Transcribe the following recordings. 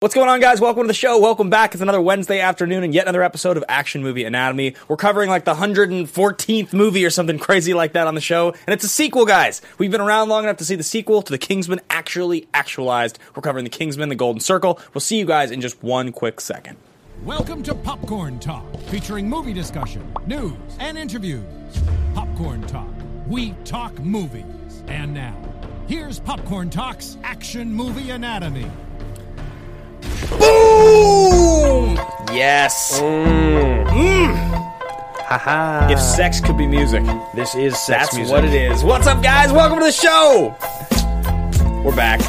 What's going on, guys? Welcome to the show. Welcome back. It's another Wednesday afternoon and yet another episode of Action Movie Anatomy. We're covering like the 114th movie or something crazy like that on the show, and it's a sequel, guys. We've been around long enough to see the sequel to The Kingsman actually actualized. We're covering The Kingsman, The Golden Circle. We'll see you guys in just one quick second. Welcome to Popcorn Talk, featuring movie discussion, news, and interviews. Popcorn Talk, we talk movies. And now, here's Popcorn Talk's Action Movie Anatomy. Boom! Yes. Mm. If sex could be music, This is sex that's music. what it is. What's up, guys? Welcome to the show. We're back.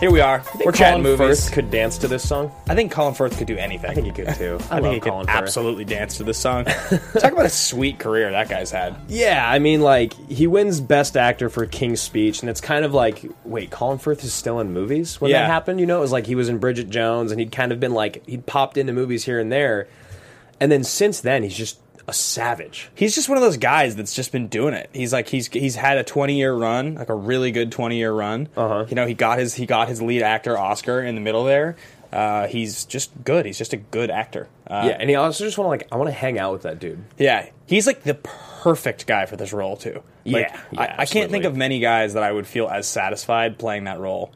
Here we are. We're chatting Colin movies. Firth could dance to this song. I think Colin Firth could do anything. I think he could, too. I I, love think he Colin could Firth. absolutely dance to this song. Talk about a sweet career that guy's had. Yeah, I mean, like he wins Best Actor for King's Speech, and it's kind of like, wait, Colin Firth is still in movies when Yeah. that happened. You know, it was like he was in Bridget Jones, and he'd kind of been like he'd popped into movies here and there, and then since then he's just a savage. He's just one of those guys that's just been doing it. He's like he's he's had a 20-year run, like a really good 20-year run. Uh-huh. You know, he got his he got his lead actor Oscar in the middle there. Uh, he's just good. He's just a good actor. Uh, yeah, and he also just want to like I want to hang out with that dude. Yeah, he's like the perfect guy for this role too. Like, Yeah, yeah, I, I can't think absolutely. of many guys that I would feel as satisfied playing that role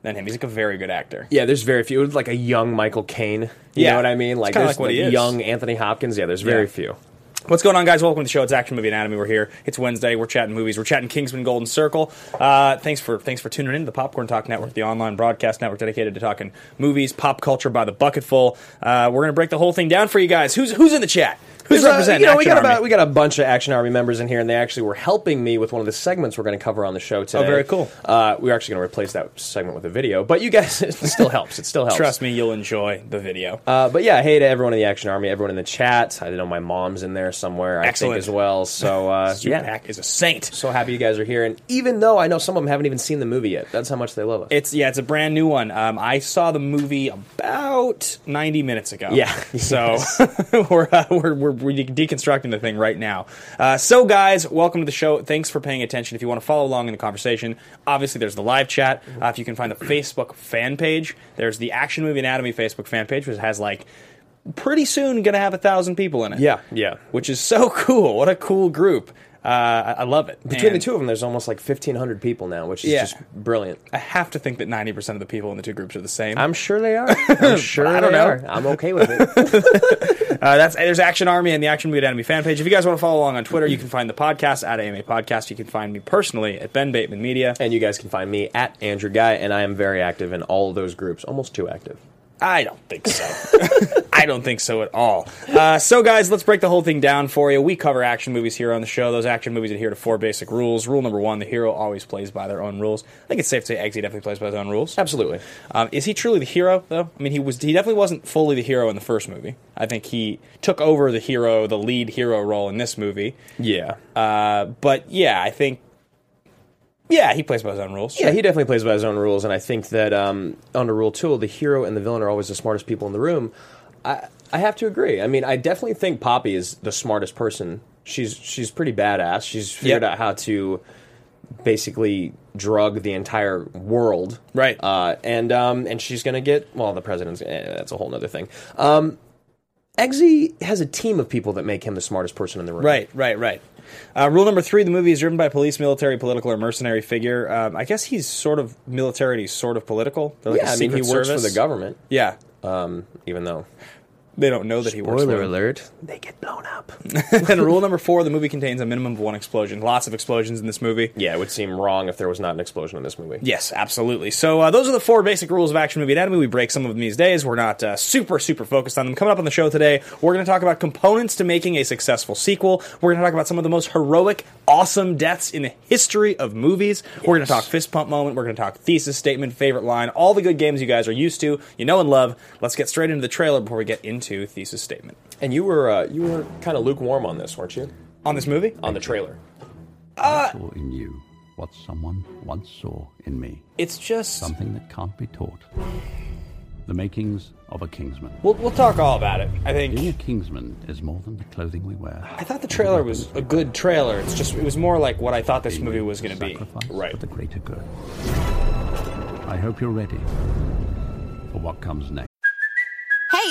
than him. He's like a very good actor. Yeah, there's very few. It was like a young Michael Caine. You Yeah. know what I mean? It's Like kinda there's like what he the is. young Anthony Hopkins. Yeah, there's very Yeah. few. What's going on, guys? Welcome to the show. It's Action Movie Anatomy. We're here. It's Wednesday. We're chatting movies. We're chatting Kingsman Golden Circle. Uh, thanks for thanks for tuning in to the Popcorn Talk Network, the online broadcast network dedicated to talking movies, pop culture by the bucketful. Uh, we're gonna break the whole thing down for you guys. Who's who's in the chat? Who's There's a- representing? you know, we Action got Army? about we got a bunch of Action Army members in here, and they actually were helping me with one of the segments we're going to cover on the show today. Oh, very cool. Uh, we're actually going to replace that segment with a video, but you guys, it still helps. It still helps. Trust me, you'll enjoy the video. Uh, but yeah, hey to everyone in the Action Army, everyone in the chat. I know my mom's in there somewhere, I Excellent. think as well. So uh, Stupak yeah, is a saint. so happy you guys are here. And even though I know some of them haven't even seen the movie yet, that's how much they love us. It's yeah, it's a brand new one. Um, I saw the movie about ninety minutes ago. Yeah. so we're, uh, we're we're we're deconstructing the thing right now. Uh, so guys, welcome to the show. Thanks for paying attention. If you want to follow along in the conversation, obviously there's the live chat. Mm-hmm. Uh, if you can find the Facebook fan page, there's the Action Movie Anatomy Facebook fan page, which has like pretty soon going to have a thousand people in it. Yeah, yeah. which is so cool. What a cool group. Uh, I, I love it. Between And- the two of them, there's almost like 1,500 people now, which is Yeah. just brilliant. I have to think that 90% of the people in the two groups are the same. I'm sure they are. I'm sure I don't they know. are. I'm okay with it. Uh, that's there's Action Army and the Action Movie Anatomy fan page. If you guys want to follow along on Twitter, you can find the podcast at AMA Podcast. You can find me personally at Ben Bateman Media. and you guys can find me at Andrew Guy, and I am very active in all of those groups, almost too active. I don't think so. I don't think so at all. Uh, so, guys, let's break the whole thing down for you. We cover action movies here on the show. Those action movies adhere to four basic rules. Rule number one: the hero always plays by their own rules. I think it's safe to say Eggsy definitely plays by his own rules. Absolutely. Um, is he truly the hero though? I mean, he was. He definitely wasn't fully the hero in the first movie. I think he took over the hero, the lead hero role in this movie. Yeah. Uh, but yeah, I think yeah, he plays by his own rules. yeah, he definitely plays by his own rules, and I think that um, under Rule 2, the hero and the villain are always the smartest people in the room. I, I have to agree. I mean, I definitely think Poppy is the smartest person. She's, she's pretty badass. She's figured Yep. out how to basically drug the entire world. Right. Uh, and, um, and she's going to get, well, the president's, eh, that's a whole other thing. Um, Eggsy has a team of people that make him the smartest person in the room. Right, right, right. Uh, rule number three: the movie is driven by police, military, political, or mercenary figure. Um, I guess he's sort of military, and he's sort of political. They're like yeah, a I mean, he secret works service. for the government, Yeah, um, even though They don't know that he works. Spoiler for them. alert. They get blown up. and rule number four: the movie contains a minimum of one explosion. Lots of explosions in this movie. yeah, it would seem wrong if there was not an explosion in this movie. Yes, absolutely. So uh, those are the four basic rules of action movie anatomy. We break some of them these days. We're not uh, super, super focused on them. Coming up on the show today, we're going to talk about components to making a successful sequel. We're going to talk about some of the most heroic, awesome deaths in the history of movies. We're going to talk fist pump moment. We're going to talk thesis statement, favorite line, all the good games you guys are used to, you know and love. Let's get straight into the trailer before we get into thesis statement. And you were uh, you were kind of lukewarm on this, weren't you? On this movie, On the trailer. saw in you what someone once saw in me it's just something that can't be taught. The makings of a kingsman. we'll we'll talk all about it. I think Being a kingsman is more than the clothing we wear. I thought the trailer was a good trailer. It's just it was more like what I thought this movie was going to be. Sacrifice Right. For the greater good. I hope you're ready for what comes next. Hey,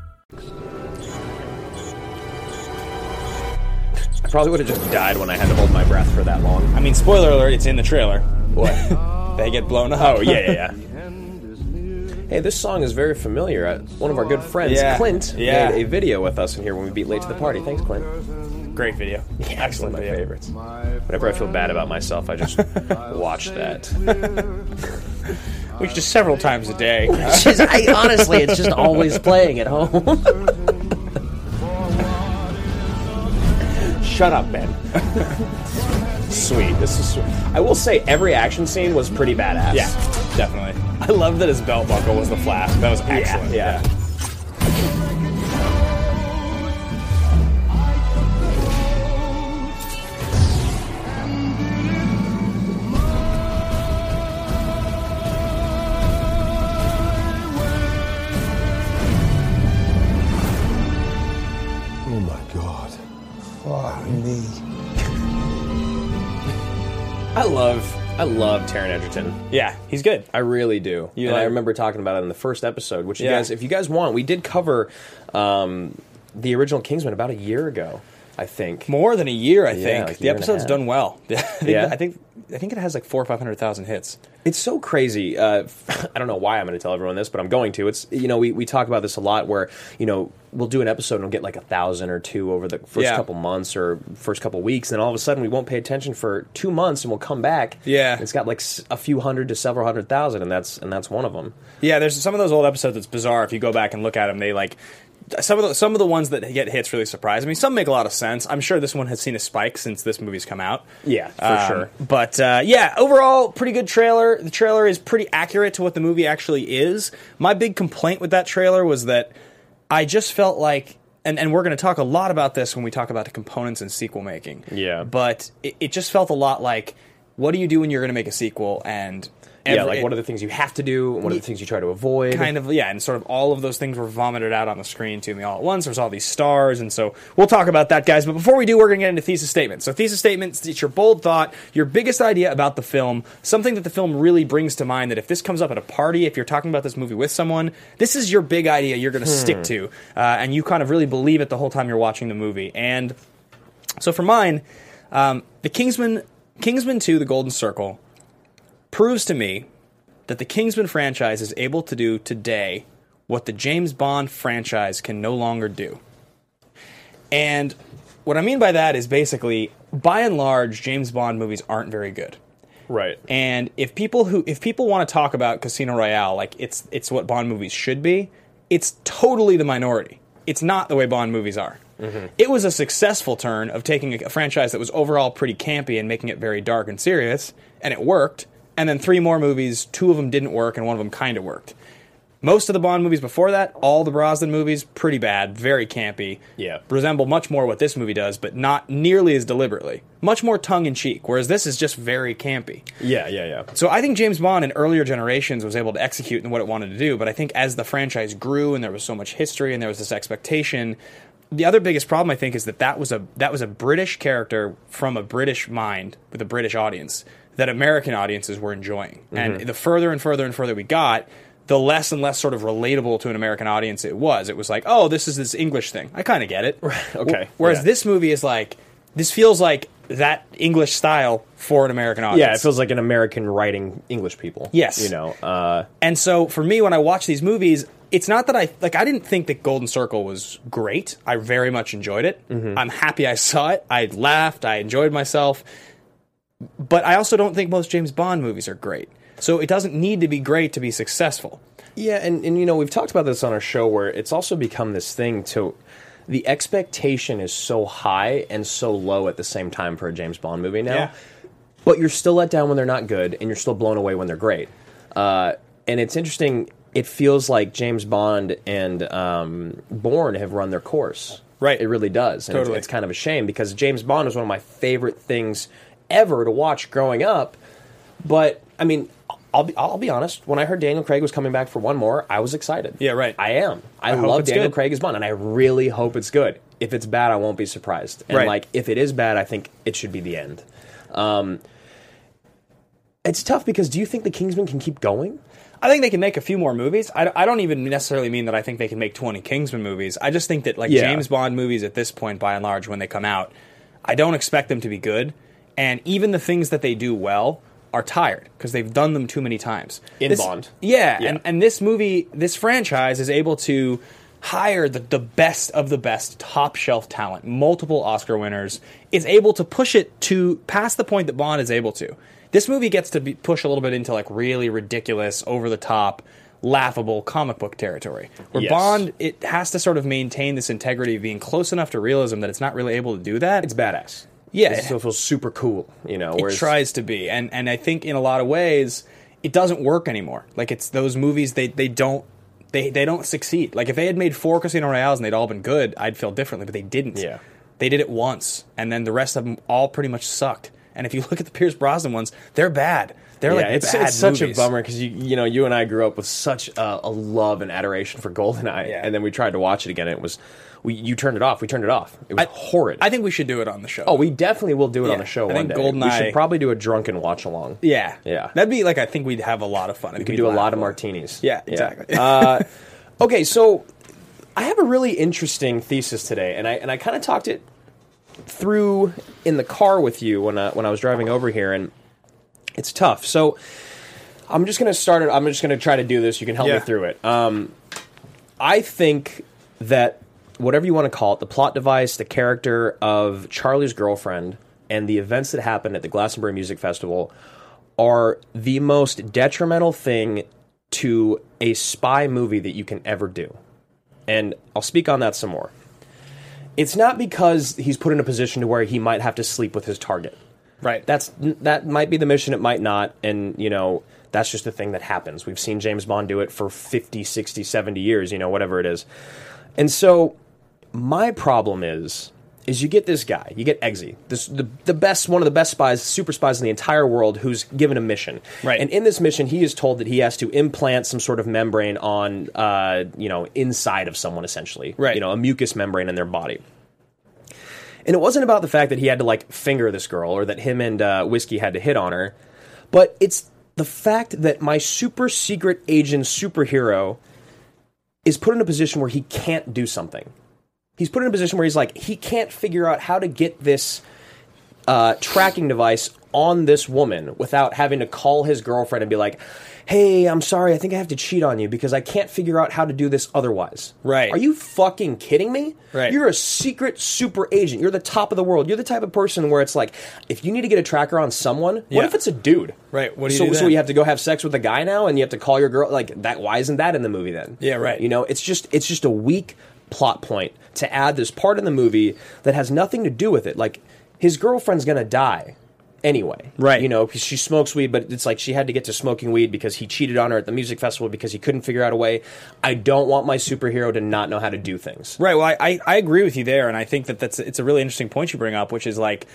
I probably would have just died when I had to hold my breath for that long. I mean, spoiler alert, it's in the trailer. What? They get blown up. oh yeah, yeah, yeah. Hey, this song is very familiar. Uh, One of our good friends, Yeah. Clint, Yeah. made a video with us in here when we beat late to the party. Thanks, Clint. Great video. Excellent One of my video. favorites. Whenever I feel bad about myself, I just watch that. Which is several times a day. Just- I, honestly, it's just always playing at home. Shut up, Ben. sweet. This is sweet. I will say every action scene was pretty badass. yeah, definitely. I love that his belt buckle was the flask. That was excellent. Yeah. yeah. Oh my god. Fuck me. I love I love Taron Egerton. Yeah, he's good. I really do. You and I like- remember talking about it in the first episode, which you Yeah. guys if you guys want, we did cover um, the original Kingsman about a year ago, I think. More than a year, I Yeah, think. like a the year and a episode's half. done well. I think, Yeah? I think I think it has like four or five hundred thousand hits. It's so crazy. Uh, I don't know why I'm going to tell everyone this, but I'm going to. It's you know we, we talk about this a lot where you know we'll do an episode and we'll get like a thousand or two over the first Yeah. couple months or first couple weeks, and all of a sudden we won't pay attention for two months and we'll come back. Yeah. it's got like s- a few hundred to several hundred thousand, and that's and that's one of them. Yeah, there's some of those old episodes that's bizarre. If you go back and look at them, they like some of the some of the ones that get hits really surprise me. Some make a lot of sense. I'm sure this one has seen a spike since this movie's come out. Yeah, for Um, sure. But uh, yeah, overall, pretty good trailer. The trailer is pretty accurate to what the movie actually is. My big complaint with that trailer was that I just felt like. And, and we're going to talk a lot about this when we talk about the components in sequel making. Yeah. But it, it just felt a lot like, what do you do when you're going to make a sequel? And yeah, every- like what are the things you have to do, and what are the things you try to avoid. kind of yeah and sort of all of those things were vomited out on the screen to me all at once there's all these stars and so we'll talk about that guys but before we do we're going to get into thesis statements so thesis statements it's your bold thought your biggest idea about the film something that the film really brings to mind that if this comes up at a party if you're talking about this movie with someone this is your big idea you're going to stick to uh, and you kind of really believe it the whole time you're watching the movie and so for mine um, the kingsman kingsman 2 the golden circle proves to me that the Kingsman franchise is able to do today what the James Bond franchise can no longer do. And what I mean by that is basically, by and large, James Bond movies aren't very good. right. And if people who if people want to talk about Casino Royale, like it's it's what Bond movies should be, it's totally the minority. It's not the way Bond movies are. It was a successful turn of taking a, a franchise that was overall pretty campy and making it very dark and serious, and it worked. And then three more movies, two of them didn't work, and one of them kind of worked. Most of the Bond movies before that, all the Brosnan movies, pretty bad, very campy. Yeah. Resemble much more what this movie does, but not nearly as deliberately. Much more tongue in cheek, whereas this is just very campy. yeah, yeah, yeah. So I think James Bond in earlier generations was able to execute in what it wanted to do, but I think as the franchise grew and there was so much history and there was this expectation, the other biggest problem I think is that that was a that was a British character from a British mind with a British audience that American audiences were enjoying. Mm-hmm. And the further and further and further we got, the less and less sort of relatable to an American audience it was. It was like, oh, this is this English thing. I kind of get it. okay, Whereas yeah. this movie is like this feels like that English style for an American audience. Yeah, it feels like an American writing English people. Yes. you know, uh, And so for me, when I watch these movies, it's not that I like. I didn't think that Golden Circle was great. I very much enjoyed it. I'm happy I saw it. I laughed. I enjoyed myself. But I also don't think most James Bond movies are great. So it doesn't need to be great to be successful. Yeah, and, and you know, we've talked about this on our show where it's also become this thing to the expectation is so high and so low at the same time for a James Bond movie now. Yeah. But you're still let down when they're not good and you're still blown away when they're great. Uh, and it's interesting, it feels like James Bond and um, Bourne have run their course. Right. It really does. And it's- Totally. it's kind of a shame because James Bond was one of my favorite things ever to watch growing up. But I mean, I'll be I'll be honest. When I heard Daniel Craig was coming back for one more, I was excited. Yeah, right. I am. I, hope love it's Daniel good. Craig as Bond, and I really hope it's good. If it's bad, I won't be surprised. And Right. like, if it is bad, I think it should be the end. Um, it's tough because do you think the Kingsman can keep going? I think they can make a few more movies. I, I don't even necessarily mean that I think they can make 20 Kingsman movies. I just think that like Yeah. James Bond movies at this point, by and large, when they come out, I don't expect them to be good. And even the things that they do well are tired because they've done them too many times. In This- Bond. Yeah, Yeah. And, and this movie, this franchise is able to hire the, the best of the best top shelf talent, multiple Oscar winners, is able to push it to past the point that Bond is able to. This movie gets to be, push a little bit into like really ridiculous, over the top, laughable comic book territory. Where Yes. Bond, it has to sort of maintain this integrity of being close enough to realism that it's not really able to do that. It's badass. Yeah. it still feels super cool. You know, It whereas- tries to be, and and I think in a lot of ways it doesn't work anymore. Like it's those movies they they don't they they don't succeed. Like if they had made four Casino Royales and they'd all been good, I'd feel differently. But they didn't. Yeah. they did it once, and then the rest of them all pretty much sucked. And if you look at the Pierce Brosnan ones, they're bad. They're like yeah, it's, bad it's such a movies. bummer because you you know you and I grew up with such a, a love and adoration for Goldeneye, Yeah. and then we tried to watch it again. And it was we you turned it off. We turned it off. It was horrid. I think we should do it on the show. oh, we definitely will do it on Yeah, the show I one think day. we Goldeneye- should probably do a drunken watch along. yeah, Yeah. That'd be like I think we'd have a lot of fun. we could do a lot of martinis. Yeah, exactly. uh, okay, so I have a really interesting thesis today, and I and I kind of talked it through in the car with you when I, when I was driving over here, and it's tough. So I'm just gonna start it. I'm just gonna try to do this. You can help Yeah. me through it. Um, I think that whatever you want to call it, the plot device, the character of Charlie's girlfriend, and the events that happened at the Glastonbury Music Festival are the most detrimental thing to a spy movie that you can ever do. And I'll speak on that some more. It's not because he's put in a position to where he might have to sleep with his target Right. that's that might be the mission it might not and you know that's just the thing that happens we've seen james bond do it for 50 60 70 years you know whatever it is and so my problem is is you get this guy you get exy this the, the best one of the best spies super spies in the entire world who's given a mission Right. and in this mission he is told that he has to implant some sort of membrane on uh, you know inside of someone essentially Right. you know a mucous membrane in their body and it wasn't about the fact that he had to like finger this girl or that him and uh, Whiskey had to hit on her, but it's the fact that my super secret agent superhero is put in a position where he can't do something. He's put in a position where he's like, he can't figure out how to get this uh, tracking device on this woman without having to call his girlfriend and be like, hey, I'm sorry, I think I have to cheat on you because I can't figure out how to do this otherwise. Right. Are you fucking kidding me? Right. You're a secret super agent. You're the top of the world. You're the type of person where it's like, if you need to get a tracker on someone, what Yeah. if it's a dude? Right, what do you so, do so then? you have to go have sex with a guy now, and you have to call your girl. Like that. Why isn't that in the movie then? Yeah, right. You know, it's just it's just a weak plot point to add this part in the movie that has nothing to do with it. Like his girlfriend's gonna die anyway. Right. You know, 'cause she smokes weed, but it's like she had to get to smoking weed because he cheated on her at the music festival because he couldn't figure out a way. I don't want my superhero to not know how to do things. Right. Well, I, I, I agree with you there, and I think that that's it's a really interesting point you bring up, which is like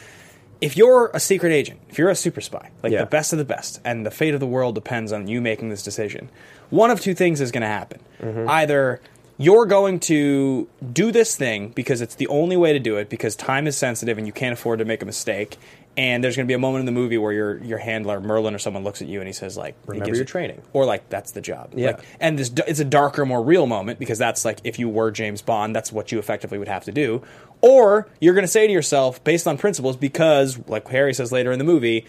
if you're a secret agent, if you're a super spy, like Yeah. the best of the best, and the Mm-hmm. fate of the world depends on you making this decision, one of two things is going to happen: either you're going to do this thing because it's the only way to do it because time is sensitive and you can't afford to make a mistake. And there's going to be a moment in the movie where your your handler Merlin or someone looks at you and he says like, he Remember gives your you- training. or like that's the job. Yeah. Like, and this it's a darker, more real moment because that's like if you were James Bond, that's what you effectively would have to do. Or you're going to say to yourself, based on principles, because like Harry says later in the movie,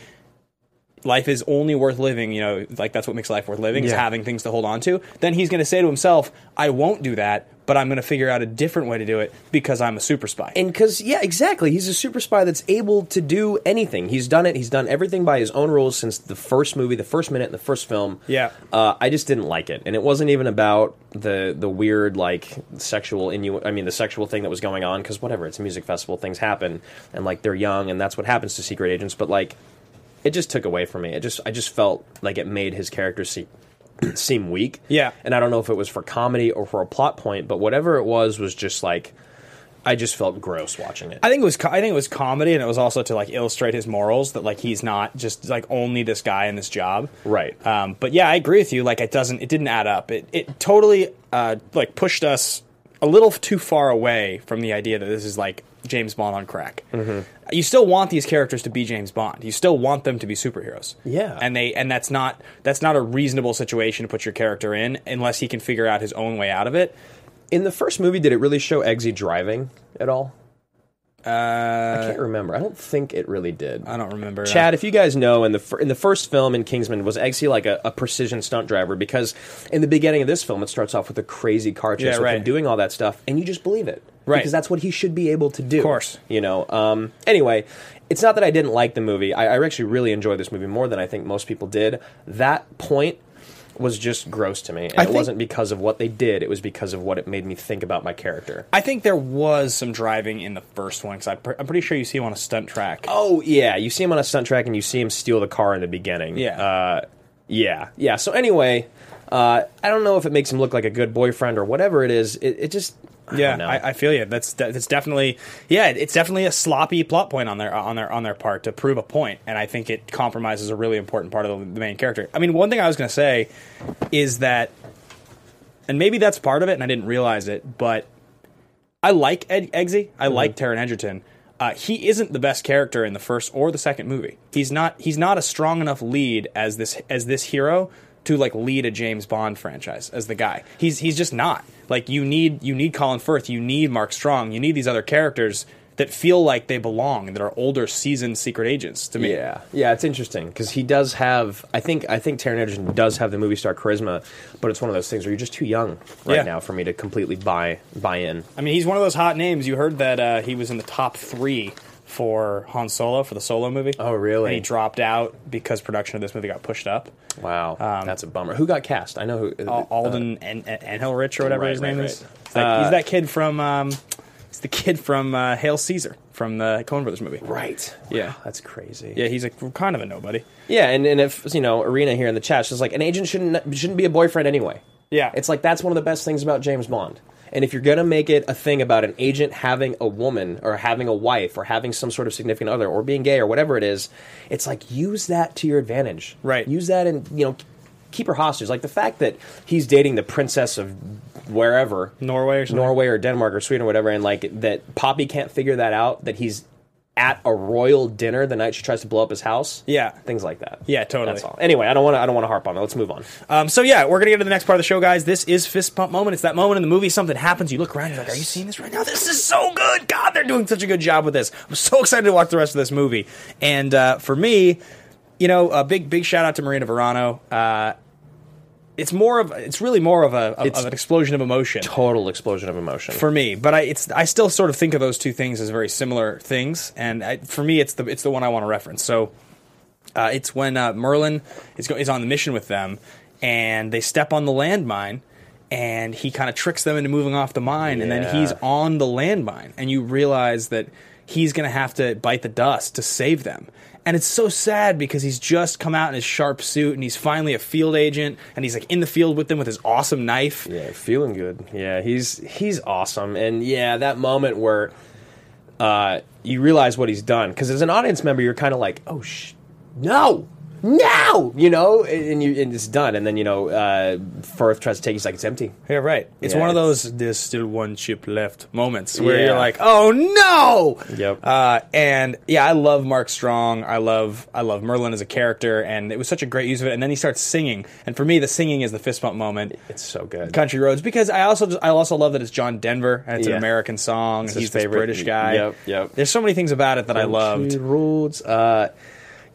life is only worth living, you know, like that's what makes life worth living is Yeah. having things to hold on to. Then he's going to say to himself, I won't do that, but I'm going to figure out a different way to do it because I'm a super spy. And because, yeah, exactly. He's a super spy that's able to do anything. He's done it. He's done everything by his own rules since the first movie, the first minute, in the first film. Yeah. Uh, I just didn't like it. And it wasn't even about the the weird, like, sexual innu- I mean, the sexual thing that was going on, because whatever, it's a music festival, things happen. And, like, they're young, and that's what happens to secret agents. But, like, it just took away from me. It just, I just felt like it made his character seem. seem weak Yeah. and i don't know if it was for comedy or for a plot point but whatever it was was just like I just felt gross watching it. I think it was co- I think it was comedy, and it was also to like illustrate his morals that like he's not just like only this guy in this job, Right. Um, but yeah, I agree with you. Like it doesn't it didn't add up. It it totally uh, like pushed us a little too far away from the idea that this is like James Bond on crack. Mm-hmm. You still want these characters to be James Bond. You still want them to be superheroes. Yeah. and they and that's not that's not a reasonable situation to put your character in unless he can figure out his own way out of it. In the first movie, did it really show Eggsy driving at all? Uh, I can't remember. I don't think it really did. I don't remember. uh, Chad, if you guys know, in the fir- in the first film in Kingsman, was Eggsy like a, a precision stunt driver? Because in the beginning of this film, it starts off with a crazy car chase Yeah, with right. him doing all that stuff, and you just believe it, Right. Because that's what he should be able to do. Of course. you know. Um, anyway, it's not that I didn't like the movie. I, I actually really enjoyed this movie more than I think most people did. That point was just gross to me, and it think- wasn't because of what they did. It was because of what it made me think about my character. I think there was some driving in the first one because I'm pretty sure you see him on a stunt track. Oh yeah, you see him on a stunt track, and you see him steal the car in the beginning. Yeah. uh, yeah, yeah. So anyway, uh, I don't know if it makes him look like a good boyfriend or whatever it is. It, it just I yeah, don't know. I, I feel you. That's de- that's definitely yeah. It's definitely a sloppy plot point on their on their on their part to prove a point, and I think it compromises a really important part of the, the main character. I mean, one thing I was going to say is that, and maybe that's part of it, and I didn't realize it, but I like Ed Eggsy. I like Taron Egerton. Uh, he isn't the best character in the first or the second movie. He's not. He's not a strong enough lead as this as this hero to like lead a James Bond franchise as the guy. He's he's just not. Like you need you need Colin Firth. You need Mark Strong. You need these other characters that feel like they belong and that are older, seasoned secret agents to me. Yeah, yeah, it's interesting because he does have. I think I think Taron Egerton does have the movie star charisma, but it's one of those things where you're just too young right Yeah. now for me to completely buy buy in. I mean, he's one of those hot names. You heard that uh, he was in the top three for Han Solo for the Solo movie. Oh, really? And he dropped out because production of this movie got pushed up. Wow, that's a bummer. Who got cast? I know who. Um, Al- Alden and Enhelrich or whatever Uh, right, his name right, is. right. He's, that, he's Uh, that kid from. Um, he's the kid from uh, Hail Caesar from the Coen Brothers movie. Right. Yeah. Wow, that's crazy. Yeah, he's a kind of a nobody. Yeah, and, and if you know Arena here in the chat, she's like, an agent shouldn't shouldn't be a boyfriend anyway. Yeah. it's like that's one of the best things about James Bond. And if you're gonna make it a thing about an agent having a woman or having a wife or having some sort of significant other or being gay or whatever it is, it's like use that to your advantage. Right. Use that and you know keep her hostage. Like the fact that he's dating the princess of wherever Norway or something. Norway or Denmark or Sweden or whatever, and like that Poppy can't figure that out that he's at a royal dinner the night she tries to blow up his house Yeah. things like that. Yeah, totally. That's all. Anyway, I don't want to. I don't want to harp on it. Let's move on. Um, so yeah, we're gonna get to the next part of the show, guys. This is fist pump moment. It's that moment in the movie something happens. You look around, you're like, "Are you seeing this right now? This is so good! God, they're doing such a good job with this. I'm so excited to watch the rest of this movie." And uh, for me, you know, a big big shout out to Marina Verano. Uh, it's more of it's really more of a of, It's of an explosion of emotion Total explosion of emotion. for me. But I it's I still sort of think of those two things as very similar things, and I, for me, it's the it's the one I want to reference. So uh, it's when uh, Merlin is go- is on the mission with them, and they step on the landmine. And he kind of tricks them into moving off the mine, and then Yeah. he's on the landmine, and you realize that he's going to have to bite the dust to save them. And it's so sad because he's just come out in his sharp suit, and he's finally a field agent, and he's like in the field with them with his awesome knife. yeah, feeling good. Yeah, he's he's awesome. And yeah, that moment where uh, you realize what he's done because as an audience member, you're kind of like, oh sh, no. now, you know, and, you, and it's done. And then you know, uh, Firth tries to take. He's like, it's empty. Yeah, right. It's Yeah, one of it's- those "there's still one chip left" moments where you're Yeah. like, "Oh no!" Yep. Uh, and yeah, I love Mark Strong. I love I love Merlin as a character, and it was such a great use of it. And then he starts singing, and for me, the singing is the fist bump moment. It's so good. Country Roads because I also just, I also love that it's John Denver and it's an Yeah. American song. It's his He's this favorite. British guy. Yep, yep. There's so many things about it that I loved. Country roads. Uh,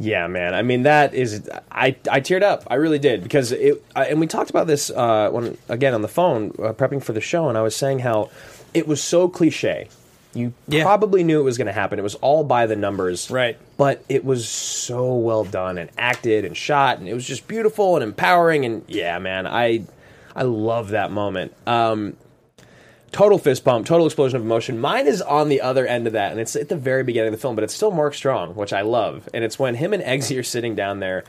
yeah, man. I mean, that is. I I teared up. I really did because it. I, and we talked about this uh, when again on the phone uh, prepping for the show, and I was saying how it was so cliche. You Yeah. probably knew it was going to happen. It was all by the numbers, Right. But it was so well done and acted and shot, and it was just beautiful and empowering. And yeah, man, I I love that moment. Um, total fist bump, total explosion of emotion. Mine is on the other end of that, and it's at the very beginning of the film, but it's still Mark Strong, which I love. And it's when him and Eggsy are sitting down there,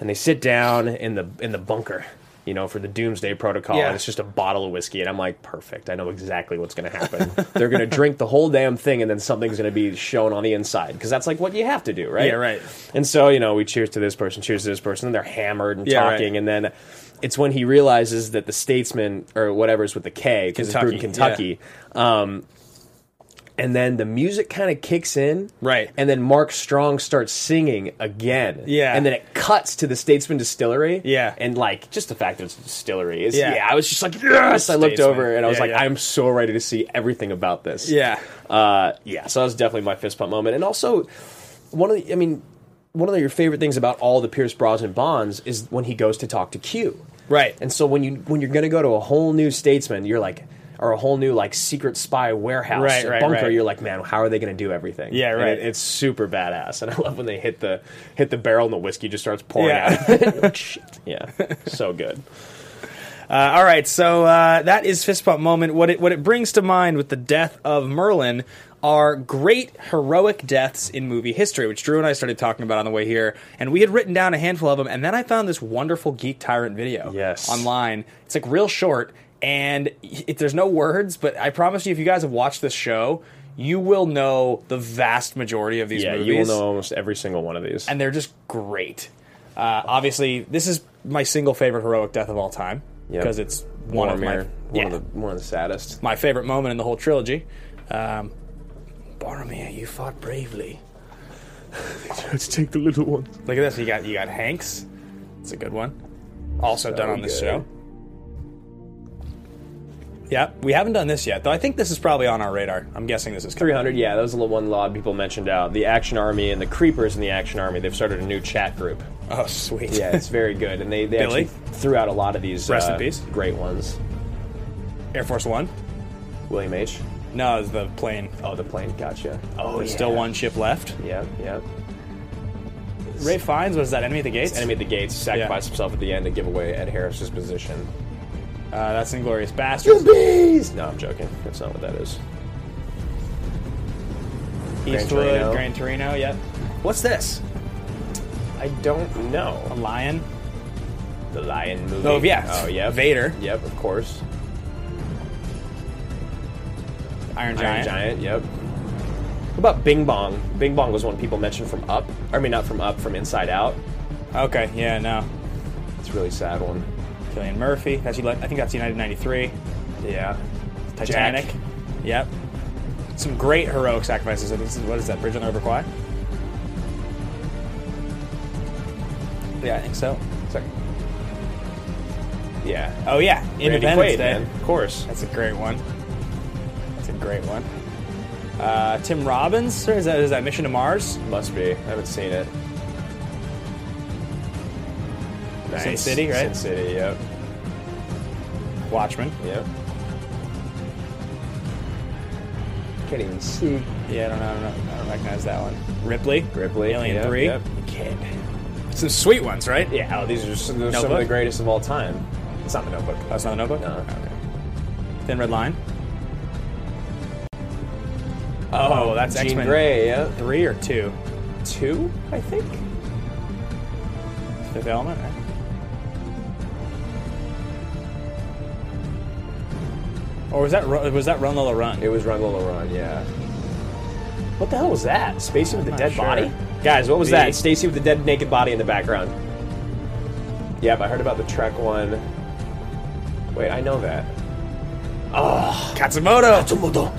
and they sit down in the in the bunker, you know, for the Doomsday Protocol, Yeah. and it's just a bottle of whiskey, and I'm like, perfect. I know exactly what's going to happen. They're going to drink the whole damn thing, and then something's going to be shown on the inside because that's like what you have to do, right? Yeah, right. And so you know, we cheers to this person, cheers to this person, and they're hammered and Yeah, right. talking, and then. It's when he realizes that the statesman or whatever's with the K, because it's brewed in Kentucky, Kentucky, um, and then the music kind of kicks in. Right. And then Mark Strong starts singing again. Yeah. And then it cuts to the Statesman Distillery. Yeah. And like just the fact that it's a distillery is Yeah. yeah. I was just like, yes. I looked Statesman. over and I was Yeah, like, yeah. I'm so ready to see everything about this. Yeah. Uh, yeah. So that was definitely my fist pump moment. And also one of the I mean, one of your favorite things about all the Pierce Brosnan Bonds is when he goes to talk to Q. Right. And so when you when you're gonna go to a whole new statesman, you're like or a whole new like secret spy warehouse Right, or right, bunker, right. you're like, man, how are they gonna do everything? Yeah, And right. it- it's super badass. And I love when they hit the hit the barrel and the whiskey just starts pouring Yeah. out. You're like, Shit. Yeah. So good. Uh, all right, so uh, that is fist bump moment. What it what it brings to mind with the death of Merlin are great heroic deaths in movie history, which Drew and I started talking about on the way here, and we had written down a handful of them, and then I found this wonderful Geek Tyrant video Yes. online. It's like real short, and it, there's no words, but I promise you, if you guys have watched this show, you will know the vast majority of these yeah, movies you will know almost every single one of these. and they're just great. Uh, obviously, this is my single favorite heroic death of all time Yep. because it's one Boromir, of my one yeah, of the one of the saddest. my favorite moment in the whole trilogy. Um, Boromir, you fought bravely. Let's take the little one. Look at this. You got you got Hanks. It's a good one. Also done on this show. good. Yeah, we haven't done this yet, though. I think this is probably on our radar. I'm guessing this is coming. 300, yeah, that was the one lot of people mentioned out. The Action Army and the Creepers in the Action Army, they've started a new chat group. Oh, sweet. Yeah, it's very good. And they, they Billy? actually threw out a lot of these Rest in uh, peace. great ones. Air Force One. William H. No, it's the plane. Oh, the plane, gotcha. Oh, there's yeah. still one ship left. Yeah, yeah. Ray Fiennes was that enemy at the gates. Enemy at the gates sacrificed himself at the end to give away Ed Harris's position. Uh, that's Inglorious Bastards. No, I'm joking. That's not what that is. Eastwood, Torino. Gran Torino. Yep. What's this? I don't A know. lion? The Lion movie. Oh, yeah. Oh, yeah. Vader. Yep, of course. Iron Iron Giant? Giant, yep. What about Bing Bong? Bing Bong was one people mentioned from Up. I mean, not from Up, from Inside Out. Okay. Yeah. No. It's a really sad one. Killian Murphy. That's Uni- I think that's United '93. Yeah. Titanic. Jack. Yep. Some great heroic sacrifices. This is, what is that? Bridge on the River Kwai. Yeah, I think so. It's like- Yeah. Oh yeah, Randy Independence Quaid, Day. man, Of course. That's a great one. That's a great one. Uh, Tim Robbins, or is that is that Mission to Mars? Must be. I haven't seen it. Nice. City, right? Sin City, yep. Watchmen. Yep. Can't even see. Yeah, I don't know. I don't, know. I don't recognize that one. Ripley. Ripley. Alien yep, Three. Yep. Kid. Some sweet ones, right? Yeah, oh, these are some, they're some of Notebook? the greatest of all time. It's not the notebook. That's not a notebook. No. Thin Red Line. Oh, that's Jean X Men Grey, yeah. three or two. Two, I think. Fifth Element. Right? Or was that Ro- was that Run Lola Run? It was Run Lola Run, yeah. What the hell was that? Spacey with the dead sure. body? Guys, what was that? Me. Stacy with the dead naked body in the background. Yep, I heard about the Trek one. Wait, I know that. Katsumoto.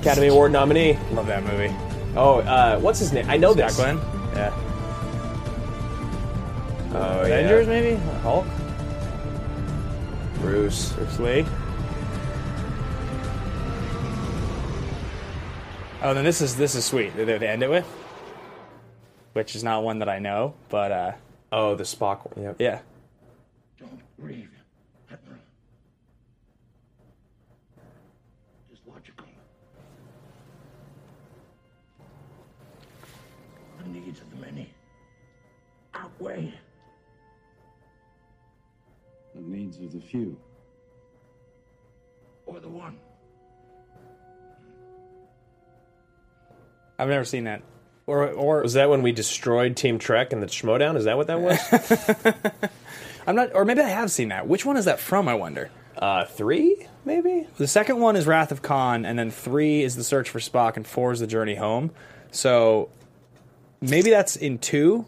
Academy Award nominee. Love that movie. Oh, uh, what's his name? I know this. Jacqueline. Yeah. Oh, yeah. Avengers maybe? Hulk. Bruce. Bruce Lee. Oh, then this is this is sweet. They, they end it with, which is not one that I know, but uh, Oh, the Spock one. Yep. yeah. Don't breathe, Admiral. It's logical. The needs of the many outweigh The needs of the few. or the one. I've never seen that. Or or Was that when we destroyed Team Trek and the Schmodown? Is that what that was? I'm not. Or maybe I have seen that. Which one is that from? I wonder. uh, three, maybe? The second one is Wrath of Khan, and then three is the Search for Spock, and four is the Journey Home. So maybe that's in two.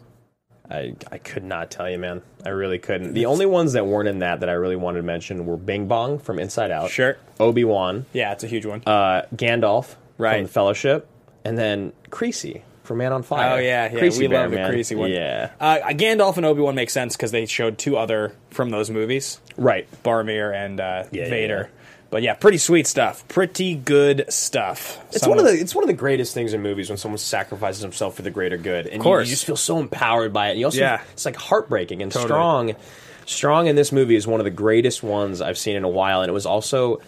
I, I could not tell you, man. I really couldn't. The only ones that weren't in that that I really wanted to mention were Bing Bong from Inside Out. Sure. Obi Wan. Yeah, it's a huge one. Uh, Gandalf Right. from The Fellowship. And then Creasy from Man on Fire. Oh yeah, yeah. Creasy we Bear, love the man. crazy one. Yeah. Uh, Gandalf and Obi Wan make sense because they showed two other from those movies, Right. Barmir and uh, Yeah, yeah, Vader. yeah. But yeah, pretty sweet stuff. Pretty good stuff. It's Some one of the it's one of the greatest things in movies when someone sacrifices himself for the greater good, and you- course. you, just feel so empowered by it. And you also, Yeah. it's like heartbreaking and Totally. strong. Strong in this movie is one of the greatest ones I've seen in a while, and it was also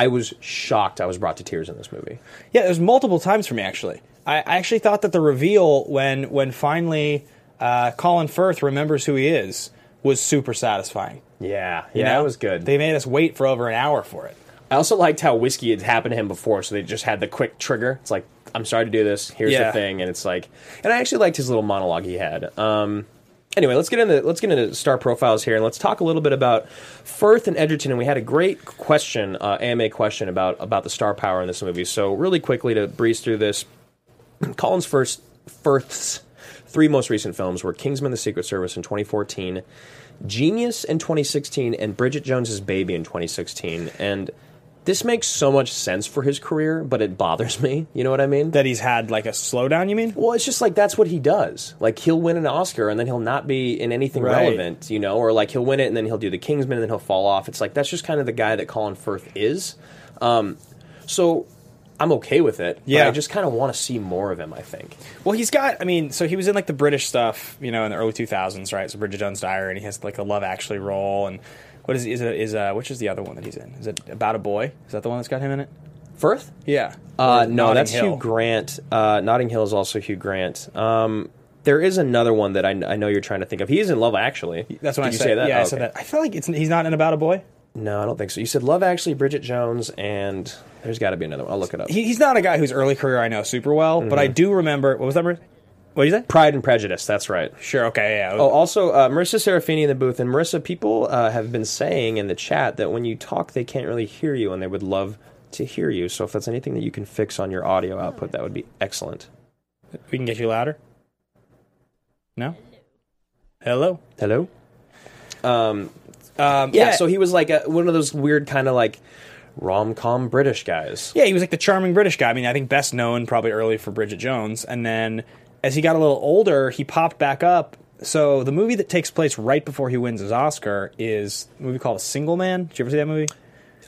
I was shocked I was brought to tears in this movie. Yeah, there's multiple times for me actually. I, I actually thought that the reveal when when finally uh, Colin Firth remembers who he is was super satisfying. Yeah, yeah, you know? that was good. They made us wait for over an hour for it. I also liked how whiskey had happened to him before, so they just had the quick trigger. It's like, I'm sorry to do this. Here's Yeah. the thing, and it's like, and I actually liked his little monologue he had. Um, anyway, let's get into let's get into star profiles here, and let's talk a little bit about Firth and Edgerton. And we had a great question, uh, AMA question about about the star power in this movie. So really quickly to breeze through this, Collins first Firth's three most recent films were Kingsman: The Secret Service in 2014, Genius in 2016, and Bridget Jones's Baby in 2016. And this makes so much sense for his career, but it bothers me. You know what I mean? That he's had like a slowdown. You mean? well, it's just like that's what he does. Like he'll win an Oscar and then he'll not be in anything Right. relevant, you know, or like he'll win it and then he'll do the Kingsman and then he'll fall off. It's like that's just kind of the guy that Colin Firth is. Um, so I'm okay with it. but Yeah. I just kind of want to see more of him. I think. Well, he's got. I mean, so he was in like the British stuff, you know, in the early two thousands, right? So Bridget Jones' Diary, and he has like a Love Actually role, and what is is is uh, which is the other one that he's in? Is it About a Boy? Is that the one that's got him in it? Firth? Yeah. Or Uh, is it no, Notting that's Hill? Hugh Grant. Uh, Notting Hill is also Hugh Grant. Um, there is another one that I, I know you're trying to think of. He is in Love Actually. That's what Did I you said. say that? Yeah, Oh, I said okay. that. I feel like it's he's not in About a Boy. No, I don't think so. You said Love Actually, Bridget Jones, and there's got to be another one. I'll look it up. He, he's not a guy whose early career I know super well, but I Mm-hmm. do remember. What was that? Mar- What did you say? Pride and Prejudice. That's right. Sure. Okay. Yeah. Oh, also uh, Marissa Serafini in the booth, and Marissa, people uh, have been saying in the chat that when you talk, they can't really hear you, and they would love to hear you. So if that's anything that you can fix on your audio output, that would be excellent. we can get you louder. No. Hello. Hello. Um, Yeah, so he was like a, one of those weird kind of like rom com British guys. Yeah, he was like the charming British guy. I mean, I think best known probably early for Bridget Jones. And then as he got a little older, he popped back up. So the movie that takes place right before he wins his Oscar is a movie called A Single Man. Did you ever see that movie?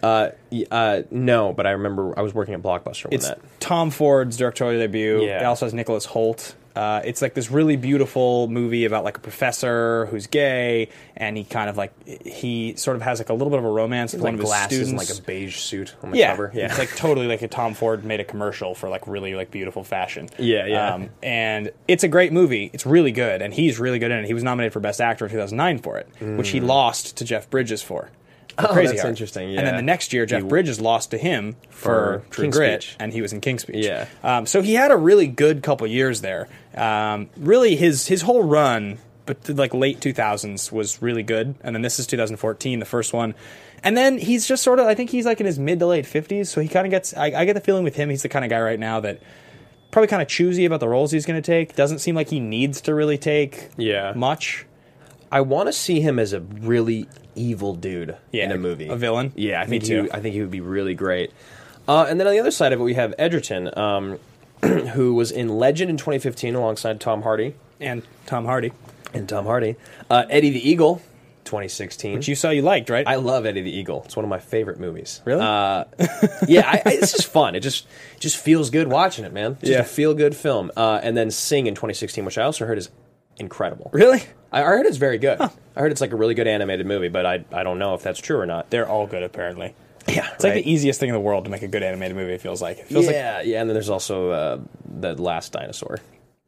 Y- Uh, no, but I remember I was working at Blockbuster when It's that. Tom Ford's directorial debut. Yeah. It also has Nicholas Holt. Uh, it's like this really beautiful movie about like a professor who's gay, and he kind of like he sort of has like a little bit of a romance with one Like of his glasses students, and like a beige suit on the yeah. cover. It's like totally like a Tom Ford made a commercial for like really like beautiful fashion. Um, Yeah, yeah. and it's a great movie. It's really good, and he's really good in it. He was nominated for Best Actor in 2009 for it, which he lost to Jeff Bridges for. for Mm. Oh, Crazy that's Heart. interesting, And then yeah. the next year, Jeff He- Bridges lost to him for, For King's Grit, Speech. and he was in King's Speech. Yeah. Um, so he had a really good couple years there. Um, really, his his whole run, but the, like late 2000s, was really good. And then this is 2014, the first one. And then he's just sort of, I think he's like in his mid to late 50s. So he kind of gets, I, I get the feeling with him, he's the kind of guy right now that probably kind of choosy about the roles he's going to take. Doesn't seem like he needs to really take Yeah. much. I want to see him as a really evil dude Yeah, in a movie, a villain. Yeah, I Me think he, too. I think he would be really great. Uh, and then on the other side of it, we have Edgerton, um, who was in Legend in 2015 alongside Tom Hardy And Tom Hardy, and Tom Hardy, uh, Eddie the Eagle, 2016. which you saw you liked, right? I love Eddie the Eagle. It's one of my favorite movies. Really? Uh, yeah, I, I, it's just fun. It just just feels good watching it, man. Just Yeah. a feel good film. Uh, and then Sing in 2016, which I also heard is incredible. really? I I heard it's very good. I heard it's like a really good animated movie, but I I don't know if that's true or not. They're all good, apparently. Yeah, It's like the easiest thing in the world to make a good animated movie. It feels like it feels yeah, yeah, and then there's also uh, the last dinosaur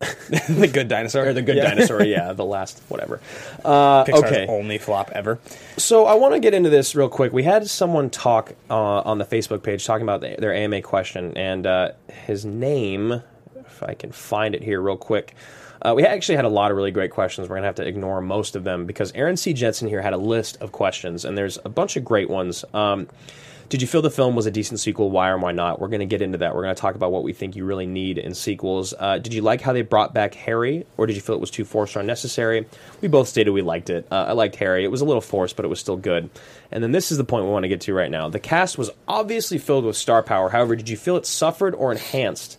like the good dinosaur or the good Yeah. dinosaur. Yeah, the last whatever. Uh, Pixar's okay, only flop ever. so I want to get into this real quick. We had someone talk uh, on the Facebook page talking about the, their AMA question, and uh, his name, if I can find it here real quick. Uh, we actually had a lot of really great questions. We're going to have to ignore most of them because Aaron C. Jensen here had a list of questions, and there's a bunch of great ones. Um, did you feel the film was a decent sequel? Why or why not? We're going to get into that. We're going to talk about what we think you really need in sequels. Uh, did you like how they brought back Harry, or did you feel it was too forced or unnecessary? We both stated we liked it. Uh, I liked Harry. It was a little forced, but it was still good. And then this is the point we want to get to right now. The cast was obviously filled with star power. However, did you feel it suffered or enhanced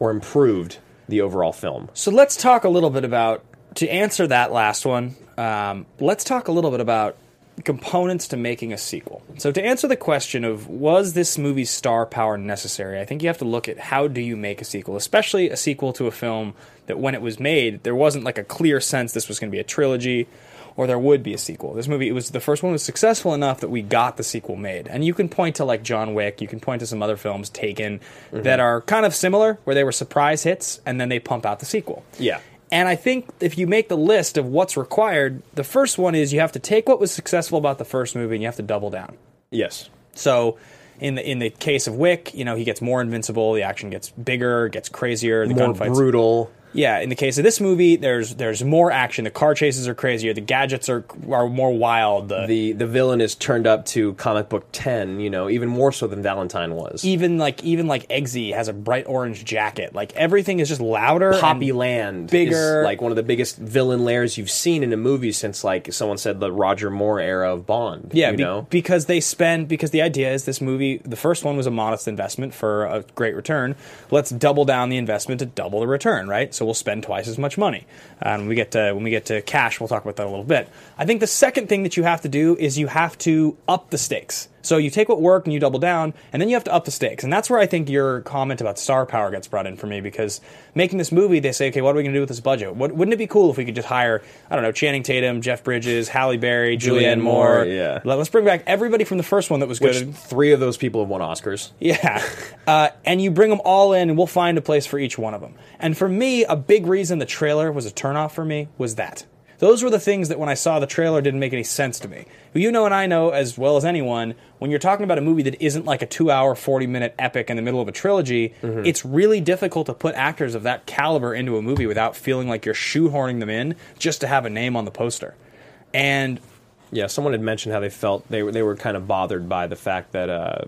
or improved the overall film? So let's talk a little bit about to answer that last one. Um, let's talk a little bit about components to making a sequel. So to answer the question of was this movie's star power necessary, I think you have to look at how do you make a sequel, especially a sequel to a film that when it was made, there wasn't like a clear sense this was going to be a trilogy or there would be a sequel. This movie, it was the first one was successful enough that we got the sequel made. And you can point to like John Wick, you can point to some other films taken that are kind of similar, where they were surprise hits and then they pump out the sequel. Yeah. And I think if you make the list of what's required, the first one is you have to take what was successful about the first movie and you have to double down. Yes. So in the in the case of Wick, you know, he gets more invincible, the action gets bigger, gets crazier, the More gunfights brutal. yeah, in the case of this movie, there's there's more action. The car chases are crazier. The gadgets are are more wild. The, The the villain is turned up to comic book ten. You know, even more so than Valentine was. even like even like Eggsy has a bright orange jacket. Like everything is just louder. and- Poppy Land, bigger- is like one of the biggest villain lairs you've seen in a movie since like someone said the Roger Moore era of Bond. Yeah, you be- know, because they spend because the idea is this movie. The first one was a modest investment for a great return. Let's double down the investment to double the return, right? So we'll spend twice as much money. And when we get to when we get to cash, we'll talk about that a little bit. I think the second thing that you have to do is you have to up the stakes. So you take what worked and you double down, and then you have to up the stakes. And that's where I think your comment about star power gets brought in for me because making this movie, they say, okay, what are we going to do with this budget? What, wouldn't it be cool if we could just hire, I don't know, Channing Tatum, Jeff Bridges, Halle Berry, Julianne Julianne Moore? Moore, yeah. Let- Let's bring back everybody from the first one that was which good. three of those people have won Oscars. Yeah. Uh, and you bring them all in, and we'll find a place for each one of them. And for me, a big reason the trailer was a turnoff for me was that. Those were the things that when I saw the trailer didn't make any sense to me. You know, and I know as well as anyone, when you're talking about a movie that isn't like a two hour, 40 minute epic in the middle of a trilogy, it's really difficult to put actors of that caliber into a movie without feeling like you're shoehorning them in just to have a name on the poster. And Yeah, someone had mentioned how they felt they were they were kind of bothered by the fact that uh,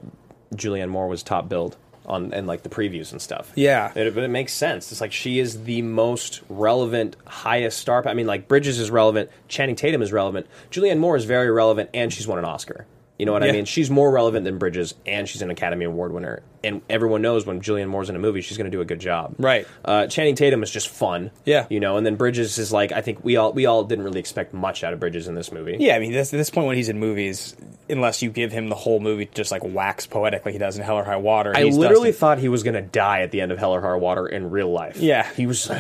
Julianne Moore was top billed on and like the previews and stuff. Yeah. It- but it makes sense. It's like she is the most relevant, highest star. I mean, like Bridges is relevant, Channing Tatum is relevant, Julianne Moore is very relevant, and she's won an Oscar. You know what Yeah. I mean? She's more relevant than Bridges, and she's an Academy Award winner. And everyone knows when Julianne Moore's in a movie, she's going to do a good job. Right. Uh, Channing Tatum is just fun. Yeah. You know, and then Bridges is like I think we all we all didn't really expect much out of Bridges in this movie. Yeah, I mean, this, at this point when he's in movies, unless you give him the whole movie to just like wax poetic like he does in Hell or High Water, I he's literally Dustin. thought he was going to die at the end of Hell or High Water in real life. Yeah. he was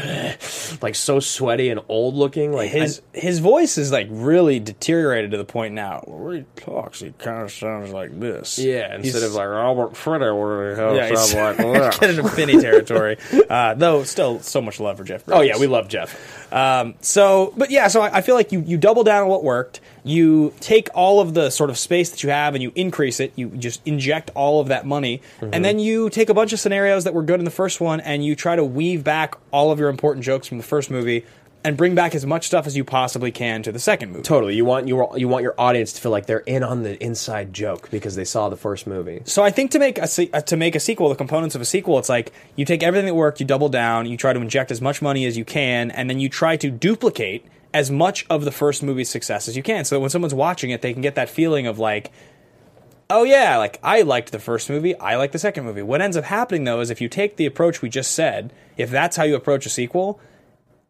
like so sweaty and old looking. Like his his voice is like really deteriorated to the point now where he talks, he kind of sounds like this. I- yeah, He's- instead of like Robert Fritter, where the hell yeah, he's sound like getting that. into Finney territory. Uh, though, still so much love for Jeff. Oh Bridges. yeah, we love Jeff. Um, so, but yeah, so I, I feel like you, you double down on what worked. You take all of the sort of space that you have and you increase it. You just inject all of that money. And then you take a bunch of scenarios that were good in the first one and you try to weave back all of your important jokes from the first movie and bring back as much stuff as you possibly can to the second movie. Totally. You want your you want your audience to feel like they're in on the inside joke because they saw the first movie. So I think to make a se- uh, to make a sequel, the components of a sequel, it's like you take everything that worked, you double down, you try to inject as much money as you can, and then you try to duplicate as much of the first movie's success as you can. So that when someone's watching it, they can get that feeling of like, oh yeah, like I liked the first movie, I like the second movie. What ends up happening though is if you take the approach we just said, if that's how you approach a sequel,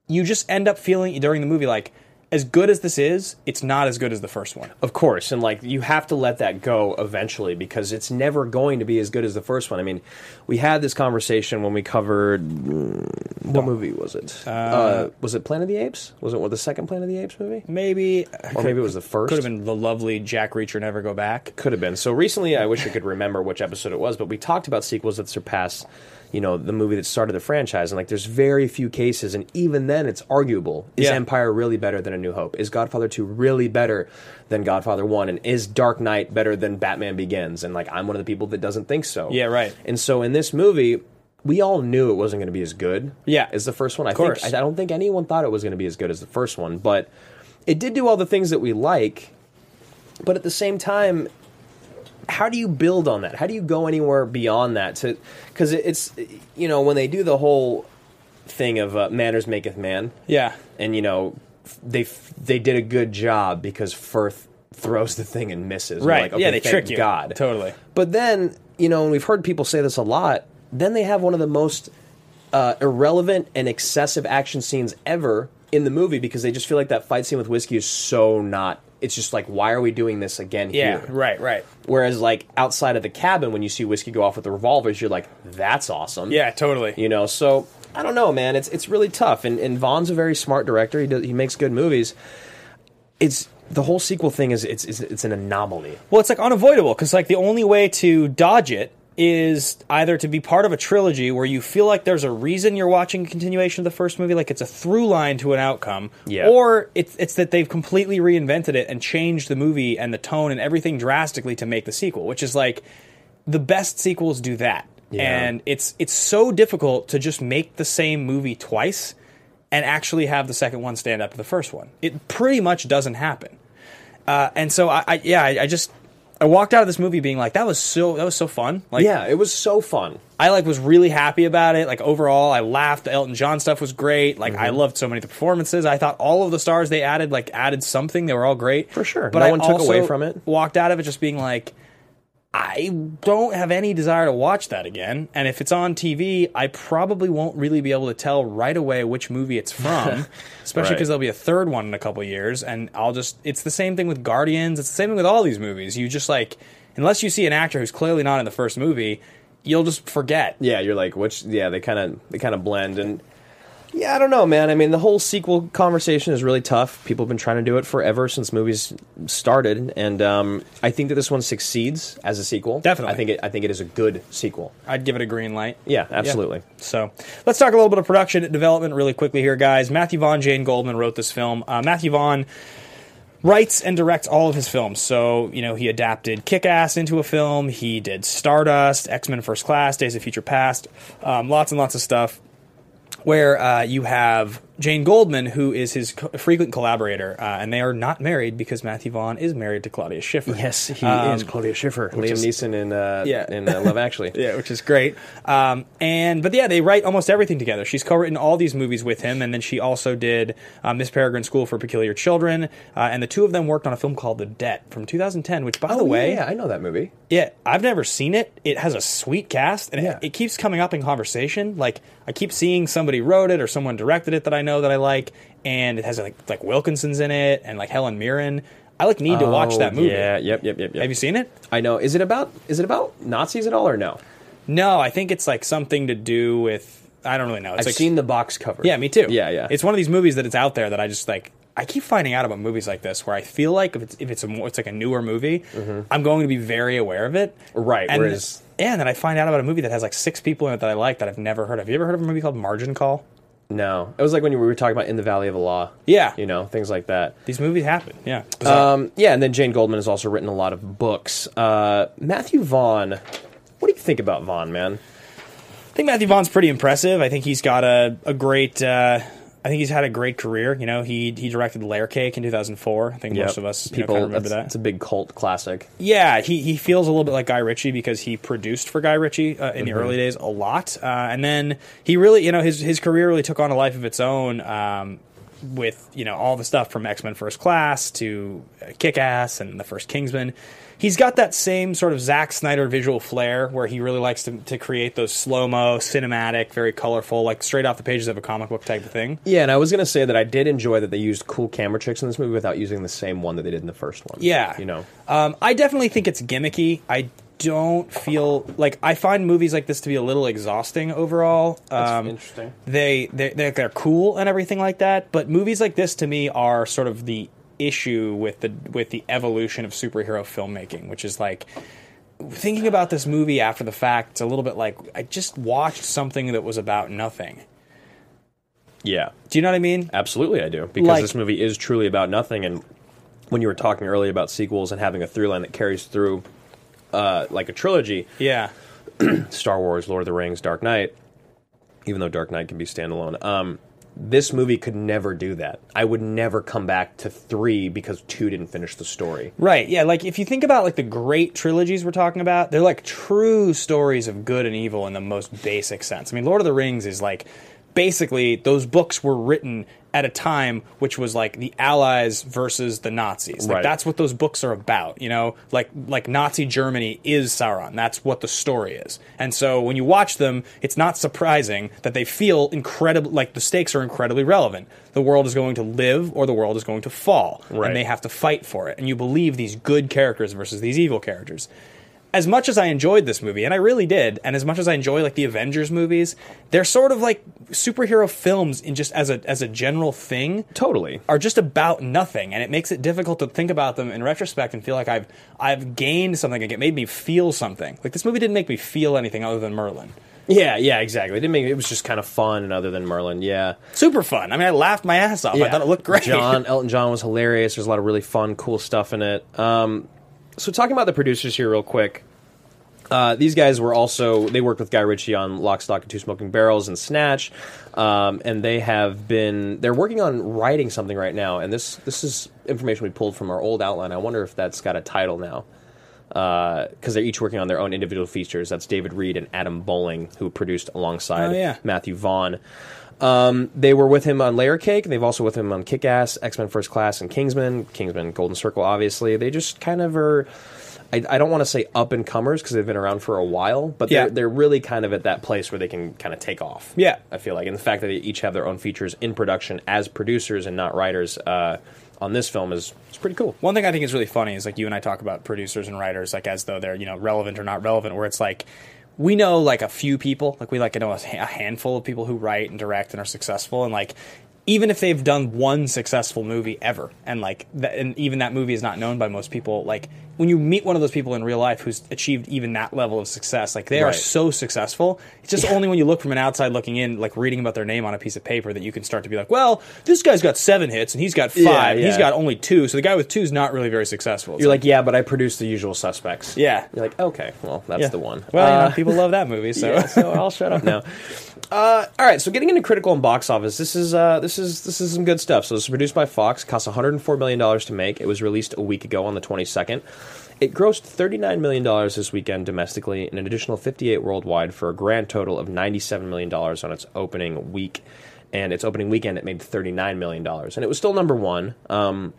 you just end up feeling during the movie like as good as this is, it's not as good as the first one. Of course, and like you have to let that go eventually because it's never going to be as good as the first one. I mean, we had this conversation when we covered mm, what movie was it? Uh, was it Planet of the Apes? Was it one- the second Planet of the Apes movie? Maybe uh, Or maybe it was the first. could have been the lovely Jack Reacher never go back. Could have been. So recently, I wish I could remember which episode it was, but we talked about sequels that surpass, you know, the movie that started the franchise. And like, there's very few cases, and even then, it's arguable: is Yeah. Empire really better than A New Hope? Is Godfather Two really better than Godfather One? And is Dark Knight better than Batman Begins? And like, I'm one of the people that doesn't think so. Yeah, right. And so in this movie. We all knew it wasn't going to be as good. Yeah. as the first one. I course. think I I don't think anyone thought it was going to be as good as the first one, but it did do all the things that we like. But at the same time, how do you build on that? How do you go anywhere beyond that? To because it's you know when they do the whole thing of uh, manners maketh man, Yeah. and you know f- they f- they did a good job because Firth throws the thing and misses. We're Right. like, Yeah, they thank trick you. God. Totally. But then you know, and we've heard people say this a lot. Then they have one of the most uh, irrelevant and excessive action scenes ever in the movie because they just feel like that fight scene with whiskey is so not. It's just like, why are we doing this again? Yeah, here? right, right. Whereas, like outside of the cabin, when you see whiskey go off with the revolvers, you're like, that's awesome. Yeah, totally. You know, so I don't know, man. It's it's really tough. And and Vaughn's a very smart director. He does, he makes good movies. It's the whole sequel thing is it's it's, it's an anomaly. Well, it's like unavoidable because like the only way to dodge it is either to be part of a trilogy where you feel like there's a reason you're watching a continuation of the first movie, like it's a through line to an outcome, Yeah. or it's it's that they've completely reinvented it and changed the movie and the tone and everything drastically to make the sequel, which is like the best sequels do that. And it's it's so difficult to just make the same movie twice and actually have the second one stand up to the first one. It pretty much doesn't happen. Uh, and so I, I yeah, I, I just I walked out of this movie being like, that was so that was so fun. Like yeah, it was so fun. I like was really happy about it. Like overall, I laughed. The Elton John stuff was great. Like Mm-hmm. I loved so many of the performances. I thought all of the stars they added like added something. They were all great For sure. But No I one took away also from it. Walked out of it just being like, I don't have any desire to watch that again. And if it's on TV, I probably won't really be able to tell right away which movie it's from, especially Right. because there'll be a third one in a couple years. And I'll just, it's the same thing with Guardians. It's the same thing with all these movies. You just like, unless you see an actor who's clearly not in the first movie, you'll just forget. Yeah, you're like which yeah, they kind of they kind of blend and yeah, I don't know, man. I mean, the whole sequel conversation is really tough. People have been trying to do it forever since movies started, and um, I think that this one succeeds as a sequel. Definitely. I think it, I think it is a good sequel. I'd give it a green light. Yeah, absolutely. So let's talk a little bit of production and development really quickly here, guys. Matthew Vaughn, Jane Goldman wrote this film. Uh, Matthew Vaughn writes and directs all of his films. So, you know, he adapted Kick Ass into a film, he did Stardust, X Men First Class, Days of Future Past, um, lots and lots of stuff. Where uh, you have Jane Goldman, who is his co- frequent collaborator, uh, and they are not married because Matthew Vaughn is married to Claudia Schiffer. Um, Claudia Schiffer, Liam is- Neeson in uh, Yeah. in uh, Love Actually. yeah, which is great. Um, and but yeah, they write almost everything together. She's co-written all these movies with him, and then she also did uh, Miss Peregrine School for Peculiar Children. Uh, and the two of them worked on a film called The Debt from 2010. Which, by Oh, the way, yeah, I know that movie. yeah, I've never seen it. It has a sweet cast, and Yeah. it, it keeps coming up in conversation. Like I keep seeing somebody wrote it or someone directed it that I know that I like, and it has like like Wilkinson's in it and like Helen Mirren. I like need to watch Oh, that movie. Yeah, yep, yep, yep, yep. Have you seen it? I know. Is it about is it about Nazis at all or no? No, I think it's like something to do with I don't really know. It's I've like, seen the box cover. Yeah, me too. Yeah, yeah. It's one of these movies that it's out there that I just like. I keep finding out about movies like this where I feel like if it's if it's a more, it's like a newer movie, I'm going to be very aware of it. Mm-hmm. Right, And whereas- yeah, and then I find out about a movie that has like six people in it that I like that I've never heard of. Have you ever heard of a movie called Margin Call? no. It was like when you- we were talking about In the Valley of the Law. Yeah. you know things like that. These movies happen. Yeah. Um, yeah, and then Jane Goldman has also written a lot of books. Uh, Matthew Vaughn, what do you think about Vaughn, man? I think Matthew Vaughn's pretty impressive. I think he's got a a great uh, I think he's had a great career. You know, he he directed Layer Cake in 2004. I think most Yep. of us people people kind of remember that's- that. It's a big cult classic. Yeah, he, he feels a little bit like Guy Ritchie because he produced for Guy Ritchie uh, in the early days a lot, uh, and then he really, you know, his his career really took on a life of its own um, with you know all the stuff from X Men First Class to Kick Ass and the first Kingsman. He's got that same sort of Zack Snyder visual flair where he really likes to, to create those slow mo, cinematic, very colorful, like straight off the pages of a comic book type of thing. Yeah, and I was gonna say that I did enjoy that they used cool camera tricks in this movie without using the same one that they did in the first one. Yeah. you know, Um, I definitely think it's gimmicky. I don't feel like I find movies like this to be a little exhausting overall. Um, interesting. They they they're, they're cool and everything like that, but movies like this to me are sort of the issue with the with the evolution of superhero filmmaking, which is like thinking about this movie after the fact. It's a little bit like I just watched something that was about nothing. Yeah, Do you know what I mean? absolutely, I do because Like- this movie is truly about nothing. And when you were talking earlier about sequels and having a through line that carries through, uh, like a trilogy, Yeah. Star Wars, Lord of the Rings, Dark Knight, even though Dark Knight can be standalone, um, this movie could never do that. I would never come back to three because two didn't finish the story. Right. Yeah. Like if you think about like the great trilogies we're talking about, they're like true stories of good and evil in the most basic sense. I mean, Lord of the Rings is like basically those books were written at a time which was like the Allies versus the Nazis. Like Right. that's what those books are about. You know, like like Nazi Germany is Sauron. That's what the story is. And so when you watch them, it's not surprising that they feel incredible. Like the stakes are incredibly relevant. The world is going to live or the world is going to fall, Right. and they have to fight for it. And you believe these good characters versus these evil characters. As much as I enjoyed this movie, and I really did, and as much as I enjoy like the Avengers movies, they're sort of like superhero films in just as a as a general thing Totally. are just about nothing, and it makes it difficult to think about them in retrospect and feel like I've I've gained something. Like it made me feel something. Like this movie didn't make me feel anything other than Merlin. Yeah, yeah, exactly. It didn't make it was just kind of fun and other than Merlin. Yeah. Super fun. I mean, I laughed my ass off. I Yeah. thought it looked great. John Elton John was hilarious. There's a lot of really fun, cool stuff in it. Um, so talking about the producers here real quick. Uh, these guys were also they worked with Guy Ritchie on Lock, Stock, and Two Smoking Barrels and Snatch, um, and they have been they're working on writing something right now. And this this is information we pulled from our old outline. I wonder if that's got a title now because they're each working on their own individual features. That's David Reed and Adam Bowling who produced alongside Oh, yeah. Matthew Vaughn. Um, they were with him on Layer Cake. They've also with him on Kick Ass, X Men First Class, and Kingsman. Kingsman, Golden Circle, obviously. They just kind of are. I, I don't want to say up and comers because they've been around for a while, but Yeah. they're, they're really kind of at that place where they can kind of take off. Yeah. I feel like. And the fact that they each have their own features in production as producers and not writers uh, on this film is, is pretty cool. One thing I think is really funny is like you and I talk about producers and writers like as though they're you know relevant or not relevant. Where it's like we know like a few people, like we like know a ha- a handful of people who write and direct and are successful, and like even if they've done one successful movie ever, and like that, and even that movie is not known by most people, like when you meet one of those people in real life who's achieved even that level of success, like they are Right. so successful. It's just only when you look from an outside looking in, like reading about their name on a piece of paper, that you can start to be like, well, this guy's got seven hits and he's got five, Yeah, and he's yeah. got only two. So the guy with two is not really very successful. It's You're like, yeah, but I produced the usual suspects. Yeah. You're like, okay, well, that's the one. Well, you Uh, know, people love that movie, so yeah, so I'll shut up now. Uh, all right, so getting into critical and box office, this is uh, this is this is some good stuff. So this was produced by Fox, cost 104 million dollars to make. It was released a week ago on the 22nd. It grossed 39 million dollars this weekend domestically and an additional 58 worldwide for a grand total of 97 million dollars on its opening week. And its opening weekend, it made 39 million dollars, and it was still number one. Um,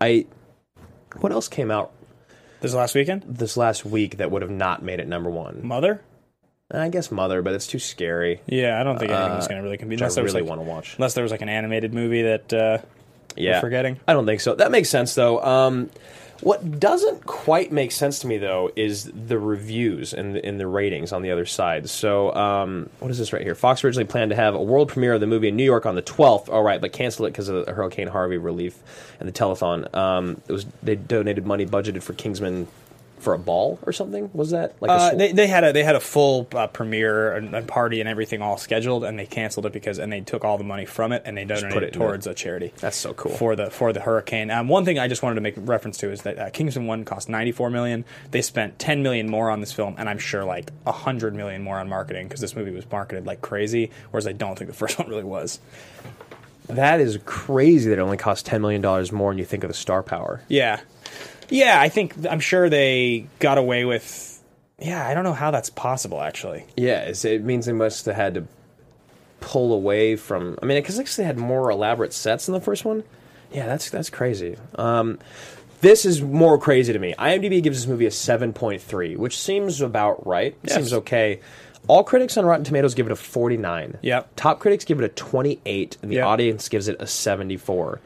I what else came out this last weekend, this last week that would have not made it number one? Mother. I guess Mother, but it's too scary. Yeah, I don't think anything was going to really compete. Uh, Unless which I there was really like, wanna watch. Unless there was like an animated movie that. Uh, Yeah, forgetting. I don't think so. That makes sense though. Um, what doesn't quite make sense to me though is the reviews and the, and the ratings on the other side. So um, what is this right here? Fox originally planned to have a world premiere of the movie in New York on the 12th. All right, but canceled it because of the Hurricane Harvey relief and the telethon. Um, it was they donated money budgeted for Kingsman for a ball or something. Was that like a uh, sw- they, they had a they had a full uh, premiere and, and party and everything all scheduled, and they canceled it because and they took all the money from it and they donated put it, it in towards the- a charity. That's so cool. for the for the hurricane. Um, one thing I just wanted to make reference to is that uh, Kingsman One cost ninety four million. They spent ten million more on this film, and I'm sure like hundred million more on marketing because this movie was marketed like crazy. Whereas I don't think the first one really was. That is crazy that it only cost $10 million more when you think of the star power. Yeah. Yeah, I think I'm sure they got away with Yeah, I don't know how that's possible actually. Yeah, it's, it means they must have had to pull away from. I mean, because actually they had more elaborate sets in the first one. Yeah, that's that's crazy. Um, this is more crazy to me. IMDb gives this movie a seven point three, which seems about right. It Yes. Seems okay. All critics on Rotten Tomatoes give it a forty nine. Yep. Top critics give it a twenty eight, and the Yep. audience gives it a seventy four.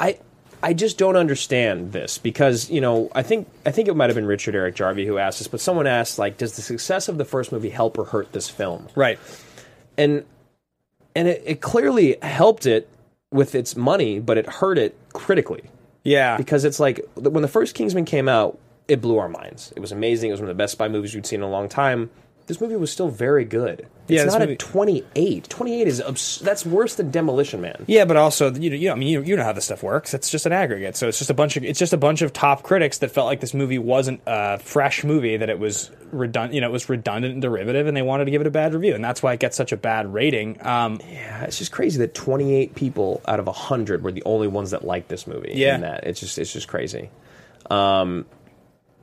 I I just don't understand this because you know I think I think it might have been Richard Eric Jarvie who asked this, but someone asked like, does the success of the first movie help or hurt this film? Right. and and it, it clearly helped it with its money, but it hurt it critically Yeah. because it's like th- when the first Kingsman came out, it blew our minds. It was amazing. It was one of the best spy movies we'd seen in a long time. This movie was still very good. It's Yeah, this not movie- a 28. 28 is obs- that's worse than Demolition Man. yeah, but also you, you know, I mean you, you know how this stuff works. It's just an aggregate. So it's just a bunch of it's just a bunch of top critics that felt like this movie wasn't a fresh movie that it was redundant, you know, it was redundant and derivative and they wanted to give it a bad review and that's why it gets such a bad rating. Um, Yeah, Uh, it's just crazy that 28 people out of 100 were the only ones that liked this movie. Yeah. and that it's just it's just crazy. Um,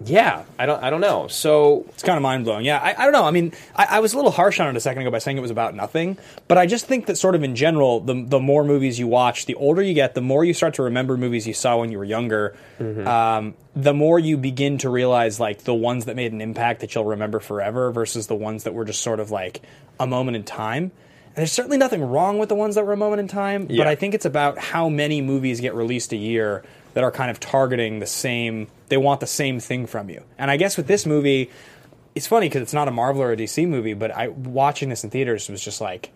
yeah, I don't I don't know. So It's kind of mind blowing. Yeah, I, I don't know. I mean, I, I was a little harsh on it a second ago by saying it was about nothing, but I just think that sort of in general, the the more movies you watch, the older you get, the more you start to remember movies you saw when you were younger. Um, the more you begin to realize like the ones that made an impact that you'll remember forever versus the ones that were just sort of like a moment in time. And there's certainly nothing wrong with the ones that were a moment in time, but Yeah. I think it's about how many movies get released a year that are kind of targeting the same. They want the same thing from you. And I guess with this movie, it's funny because it's not a Marvel or a DC movie, but I watching this in theaters was just like,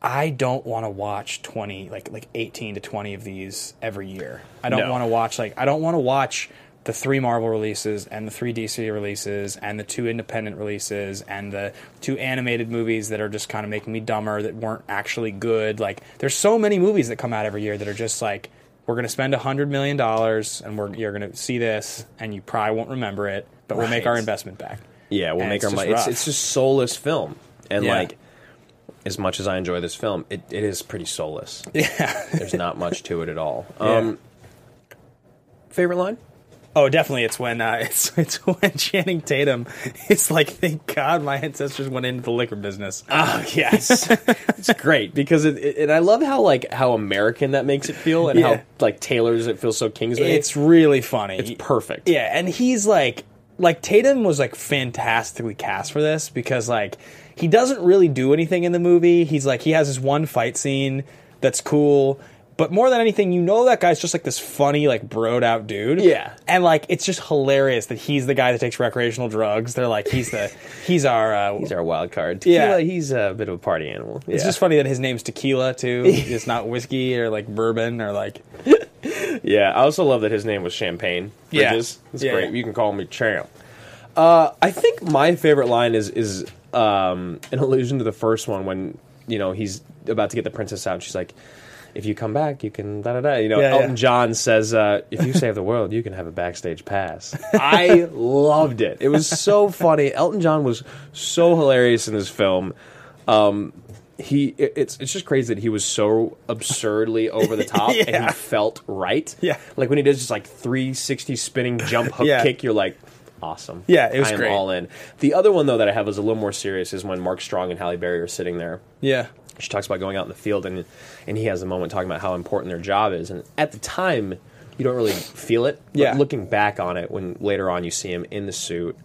I don't want to watch twenty, like like eighteen to twenty of these every year. I don't No. want to watch like I don't want to watch the three Marvel releases and the three DC releases and the two independent releases and the two animated movies that are just kind of making me dumber that weren't actually good. Like there's so many movies that come out every year that are just like we're going to spend $100 million and we're, you're going to see this and you probably won't remember it, but we'll make our Right. investment back. Yeah, we'll And make it's our just money. It's, rough. it's just soulless film, and Yeah. like as much as I enjoy this film, it, it is pretty soulless. Yeah, there's not much to it at all. Um, favorite line? Oh, definitely. It's when uh, it's it's when Channing Tatum is like, "Thank God my ancestors went into the liquor business." Oh yes, it's great because it, it, and I love how like how American that makes it feel, and Yeah. how like tailors it feels so Kingsman. it's really funny. it's perfect. Yeah, and he's like like Tatum was like fantastically cast for this because like he doesn't really do anything in the movie. He's like he has this one fight scene that's cool, but more than anything, you know that guy's just like this funny like broed out dude. Yeah. and like it's just hilarious that he's the guy that takes recreational drugs. They're like he's the he's our uh, he's our wild card. Yeah. Tequila, he's a bit of a party animal. It's Yeah. just funny that his name's tequila too. it's not whiskey or like bourbon or like Yeah, I also love that his name was Champagne. Yeah. Bridges. That's Yeah, great. yeah. You can call me Champ. Uh, I think my favorite line is is um, an allusion to the first one when you know he's about to get the princess out. And she's like, "If you come back, you can da da da." You know, Yeah, Elton yeah. John says, uh, "If you save the world, you can have a backstage pass." I loved it. It was so funny. Elton John was so hilarious in this film. Um, he it- it's it's just crazy that he was so absurdly over the top and Yeah. he felt right. Yeah. like when he does just like three sixty spinning jump hook Yeah. kick, you're like, awesome. Yeah, it was I am great. all in. The other one though that I have is a little more serious is when Mark Strong and Halle Berry are sitting there. yeah. She talks about going out in the field and and he has a moment talking about how important their job is. And at the time, you don't really feel it. But Yeah. looking back on it, when later on you see him in the suit.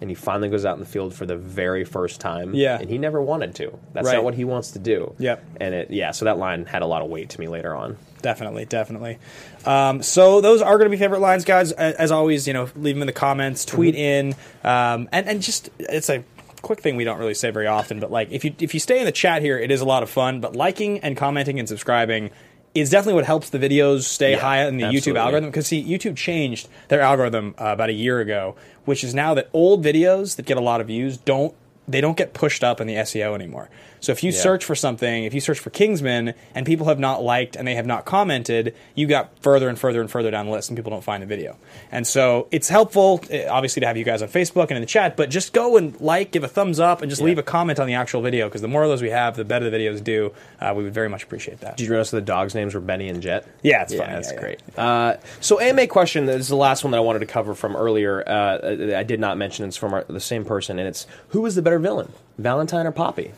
And he finally goes out in the field for the very first time. Yeah. And he never wanted to. That's Right. not what he wants to do. Yep. And it yeah, so that line had a lot of weight to me later on. definitely, definitely. Um, so those are going to be favorite lines, guys. A- As always, you know, leave them in the comments, tweet Mm-hmm. in, um, and and just it's a quick thing we don't really say very often, but like if you if you stay in the chat here, it is a lot of fun. But liking and commenting and subscribing. Is definitely what helps the videos stay Yeah, high in the YouTube absolutely. algorithm because see, YouTube changed their algorithm uh, about a year ago, which is now that old videos that get a lot of views don't they don't get pushed up in the SEO anymore. So if you search for something, if you search for Kingsman and people have not liked and they have not commented, you got further and further and further down the list and people don't find the video. And so it's helpful eh, obviously to have you guys on Facebook and in the chat, but just go and like, give a thumbs up and just leave a comment on the actual video because the more of those we have, the better the videos do. Uh, we would very much appreciate that. Did you notice the dogs' names were Benny and Jet? Yeah, it's funny. That's Yeah, yeah. great. Uh, so AMA question this is the last one that I wanted to cover from earlier. Uh, I did not mention it's from our, the same person, and it's who is the better villain, Valentine or Poppy?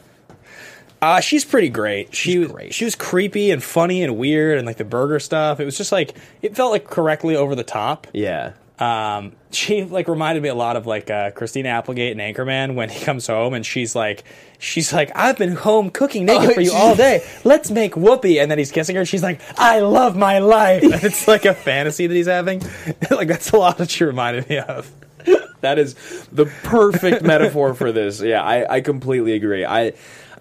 Uh, she's pretty great. She She's was great. she was creepy and funny and weird and like the burger stuff. It was just like it felt like correctly over the top. Yeah, Um, she like reminded me a lot of like uh, Christina Applegate in Anchorman when he comes home and she's like she's like I've been home cooking naked Oh, for you she- all day. Let's make whoopee. And then he's kissing her. She's like I love my life. And it's like a fantasy that he's having. like that's a lot that she reminded me of. that is the perfect metaphor for this. Yeah, I, I completely agree. I,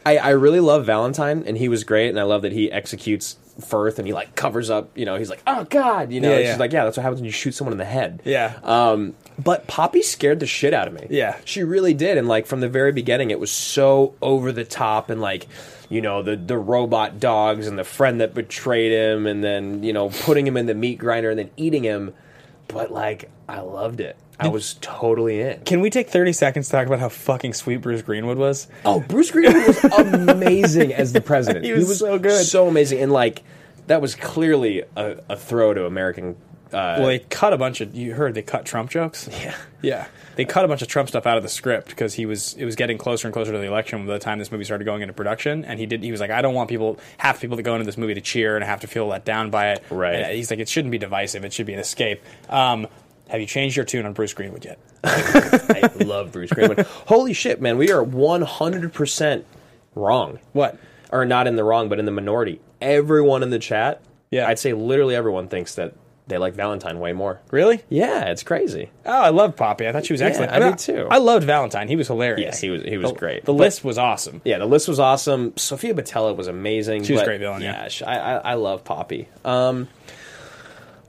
I I really love Valentine, and he was great, and I love that he executes Firth, and he like covers up. You know, he's like, oh god, you know, Yeah, and yeah. she's like, yeah, that's what happens when you shoot someone in the head. Yeah. Um, but Poppy scared the shit out of me. Yeah. she really did, and like from the very beginning, it was so over the top, and like. You know the the robot dogs and the friend that betrayed him, and then you know putting him in the meat grinder and then eating him. But like, I loved it. I was totally in. Can we take thirty seconds to talk about how fucking sweet Bruce Greenwood was? Oh, Bruce Greenwood was amazing as the president. He was so good. so amazing, and like that was clearly a, a throw to American. Uh, Well, they cut a bunch of. You heard they cut Trump jokes. Yeah, yeah. They cut a bunch of Trump stuff out of the script because he was it was getting closer and closer to the election by the time this movie started going into production, and he did. He was like, I don't want people half people that go into this movie to cheer and have to feel let down by it. Right. And he's like, it shouldn't be divisive. It should be an escape. Um, have you changed your tune on Bruce Greenwood yet? I love Bruce Greenwood. Holy shit, man! We are one hundred percent wrong. What? Or not in the wrong, but in the minority. Everyone in the chat, Yeah. I'd say literally everyone thinks that they like Valentine way more. Really? Yeah, it's crazy. Oh, I love Poppy. I thought she was excellent. I And did too. I loved Valentine. He was hilarious. Yes, he was- he was The- great. The But- list was awesome. Yeah, the list was awesome. Sophia Batella was amazing. She was a but great villain, yeah. sh- I, I I love Poppy. Um,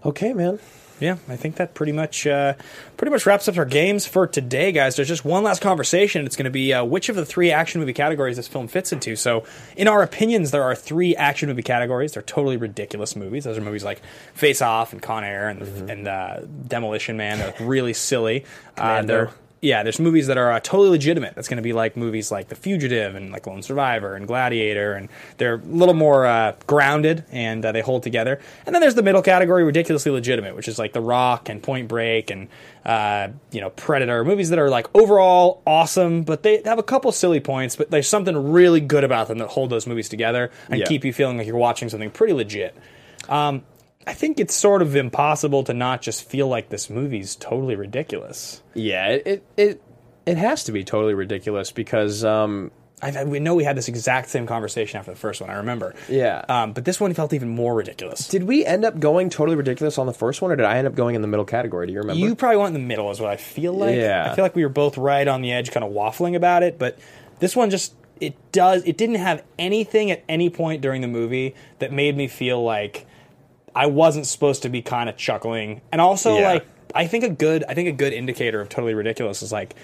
okay, man. Yeah, I think that pretty much uh, pretty much wraps up our games for today, guys. There's just one last conversation. It's going to be uh, which of the three action movie categories this film fits into. So, in our opinions, there are three action movie categories. They're totally ridiculous movies. Those are movies like Face Off and Con Air and and uh, Demolition Man. They're really silly. Uh, Commando. they're yeah, there's movies that are uh, totally legitimate. That's going to be like movies like The Fugitive and like Lone Survivor and Gladiator, and they're a little more uh, grounded and uh, they hold together. And then there's the middle category, ridiculously legitimate, which is like The Rock and Point Break and uh, you know Predator, movies that are like overall awesome, but they have a couple silly points, but there's something really good about them that hold those movies together and Yeah. keep you feeling like you're watching something pretty legit. Um, I think it's sort of impossible to not just feel like this movie's totally ridiculous. Yeah, it it it, it has to be totally ridiculous because um, I, I, we know we had this exact same conversation after the first one. I remember. Yeah. Um, but this one felt even more ridiculous. did we end up going totally ridiculous on the first one, or did I end up going in the middle category? Do you remember? you probably went in the middle, is what I feel like. Yeah. I feel like we were both right on the edge, kind of waffling about it. But this one just it does it didn't have anything at any point during the movie that made me feel like I wasn't supposed to be kind of chuckling. And also, Yeah. like, I think a good I think a good indicator of totally ridiculous is like.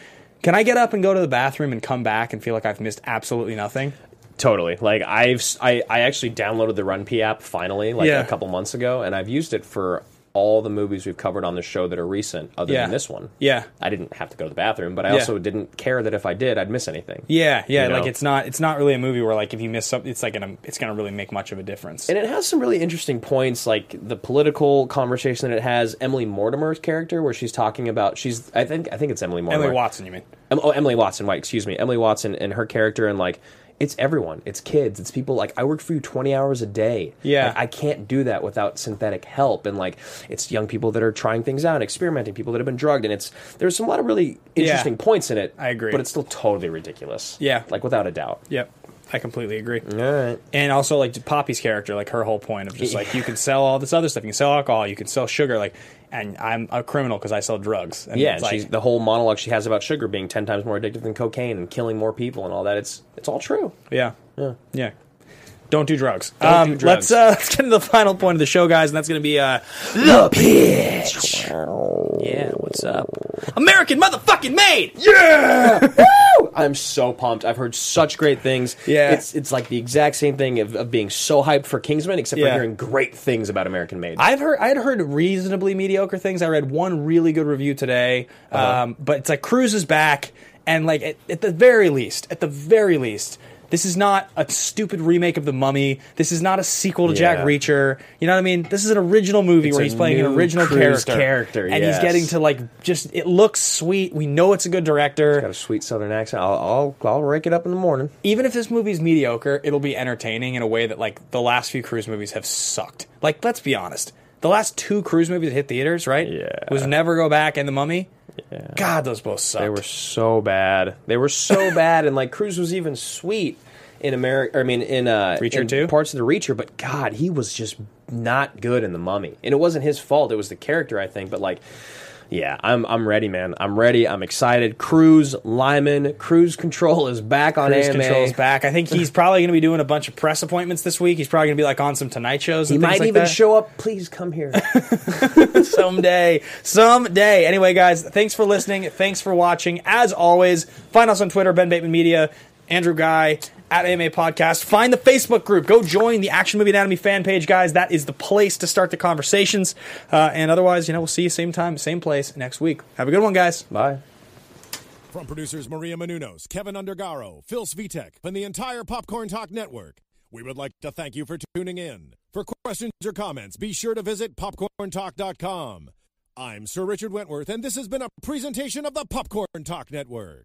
Can I get up and go to the bathroom and come back and feel like I've missed absolutely nothing? Totally. Like I've s- I, I actually downloaded the Run P app finally like Yeah. a couple months ago, and I've used it for all the movies we've covered on the show that are recent, other Yeah. than this one. Yeah. I didn't have to go to the bathroom, but I Yeah. also didn't care that if I did, I'd miss anything. Yeah, yeah. You know? Like it's not it's not really a movie where like if you miss something, it's like gonna it's gonna really make much of a difference. And it has some really interesting points, like the political conversation that it has. Emily Mortimer's character, where she's talking about she's I think I think it's Emily Mortimer. Emily Watson, you mean? Em- oh, Emily Watson, right, excuse me. Emily Watson and her character and like it's everyone. It's kids. It's people like I work for you 20 hours a day. Yeah. Like, I can't do that without synthetic help and like it's young people that are trying things out, experimenting, people that have been drugged and it's there's some lot of really interesting points in it. I agree. But it's still totally ridiculous. Yeah. Like without a doubt. Yep, I completely agree. All right. And also like Poppy's character, like her whole point of just like you can sell all this other stuff, you can sell alcohol, you can sell sugar, like, and I'm a criminal because I sell drugs. And Yeah, it's and like, she's, the whole monologue she has about sugar being ten times more addictive than cocaine and killing more people and all that—it's it's all true. yeah, yeah, yeah. Don't do drugs. Don't do Um, drugs. Let's uh, let's get into the final point of the show, guys, and that's going to be uh, the pitch. Yeah, what's up? American motherfucking made. I'm so pumped. I've heard such great things. Yeah. It's it's like the exact same thing of, of being so hyped for Kingsman, except for Yeah. hearing great things about American Made. I've heard I had heard reasonably mediocre things. I read one really good review today, Uh-huh. um, but it's like Cruise is back, and like at, at the very least, at the very least, this is not a stupid remake of The Mummy. This is not a sequel to Jack Yeah. Reacher. You know what I mean? This is an original movie It's where a he's playing an new original Cruise character, character, and he's yes. getting to like just it looks sweet. We know it's a good director. got a sweet Southern accent. I'll I'll, I'll rake it up in the morning. even if this movie's mediocre, it'll be entertaining in a way that like the last few cruise movies have sucked. Like, let's be honest. The last two cruise movies that hit theaters, right? Yeah. Was Never Go Back and The Mummy. God, those both sucked. They were so bad. They were so bad, and like Cruz was even sweet in America. I mean, in uh, Reacher in too? parts of the Reacher, but God, he was just not good in the Mummy, and it wasn't his fault. It was the character, I think. But like, yeah, I'm I'm ready, man. I'm ready. I'm excited. Cruz Lyman, Cruise Control is back on Cruise AMA. controls back. I think he's probably going to be doing a bunch of press appointments this week. He's probably going to be like on some Tonight shows. He And things might like even that. show up. Please come here. someday. Someday. Anyway, guys, thanks for listening. Thanks for watching. As always, find us on Twitter, Ben Bateman Media, Andrew Guy at AMA Podcast. Find the Facebook group. Go join the Action Movie Anatomy fan page, guys. That is the place to start the conversations. Uh, and otherwise, you know, we'll see you same time, same place next week. Have a good one, guys. Bye. From producers Maria Menunos, Kevin Undergaro, Phil Svitek, and the entire Popcorn Talk Network, we would like to thank you for tuning in. For questions or comments, be sure to visit popcorntalk.com. I'm Sir Richard Wentworth, and this has been a presentation of the Popcorn Talk Network.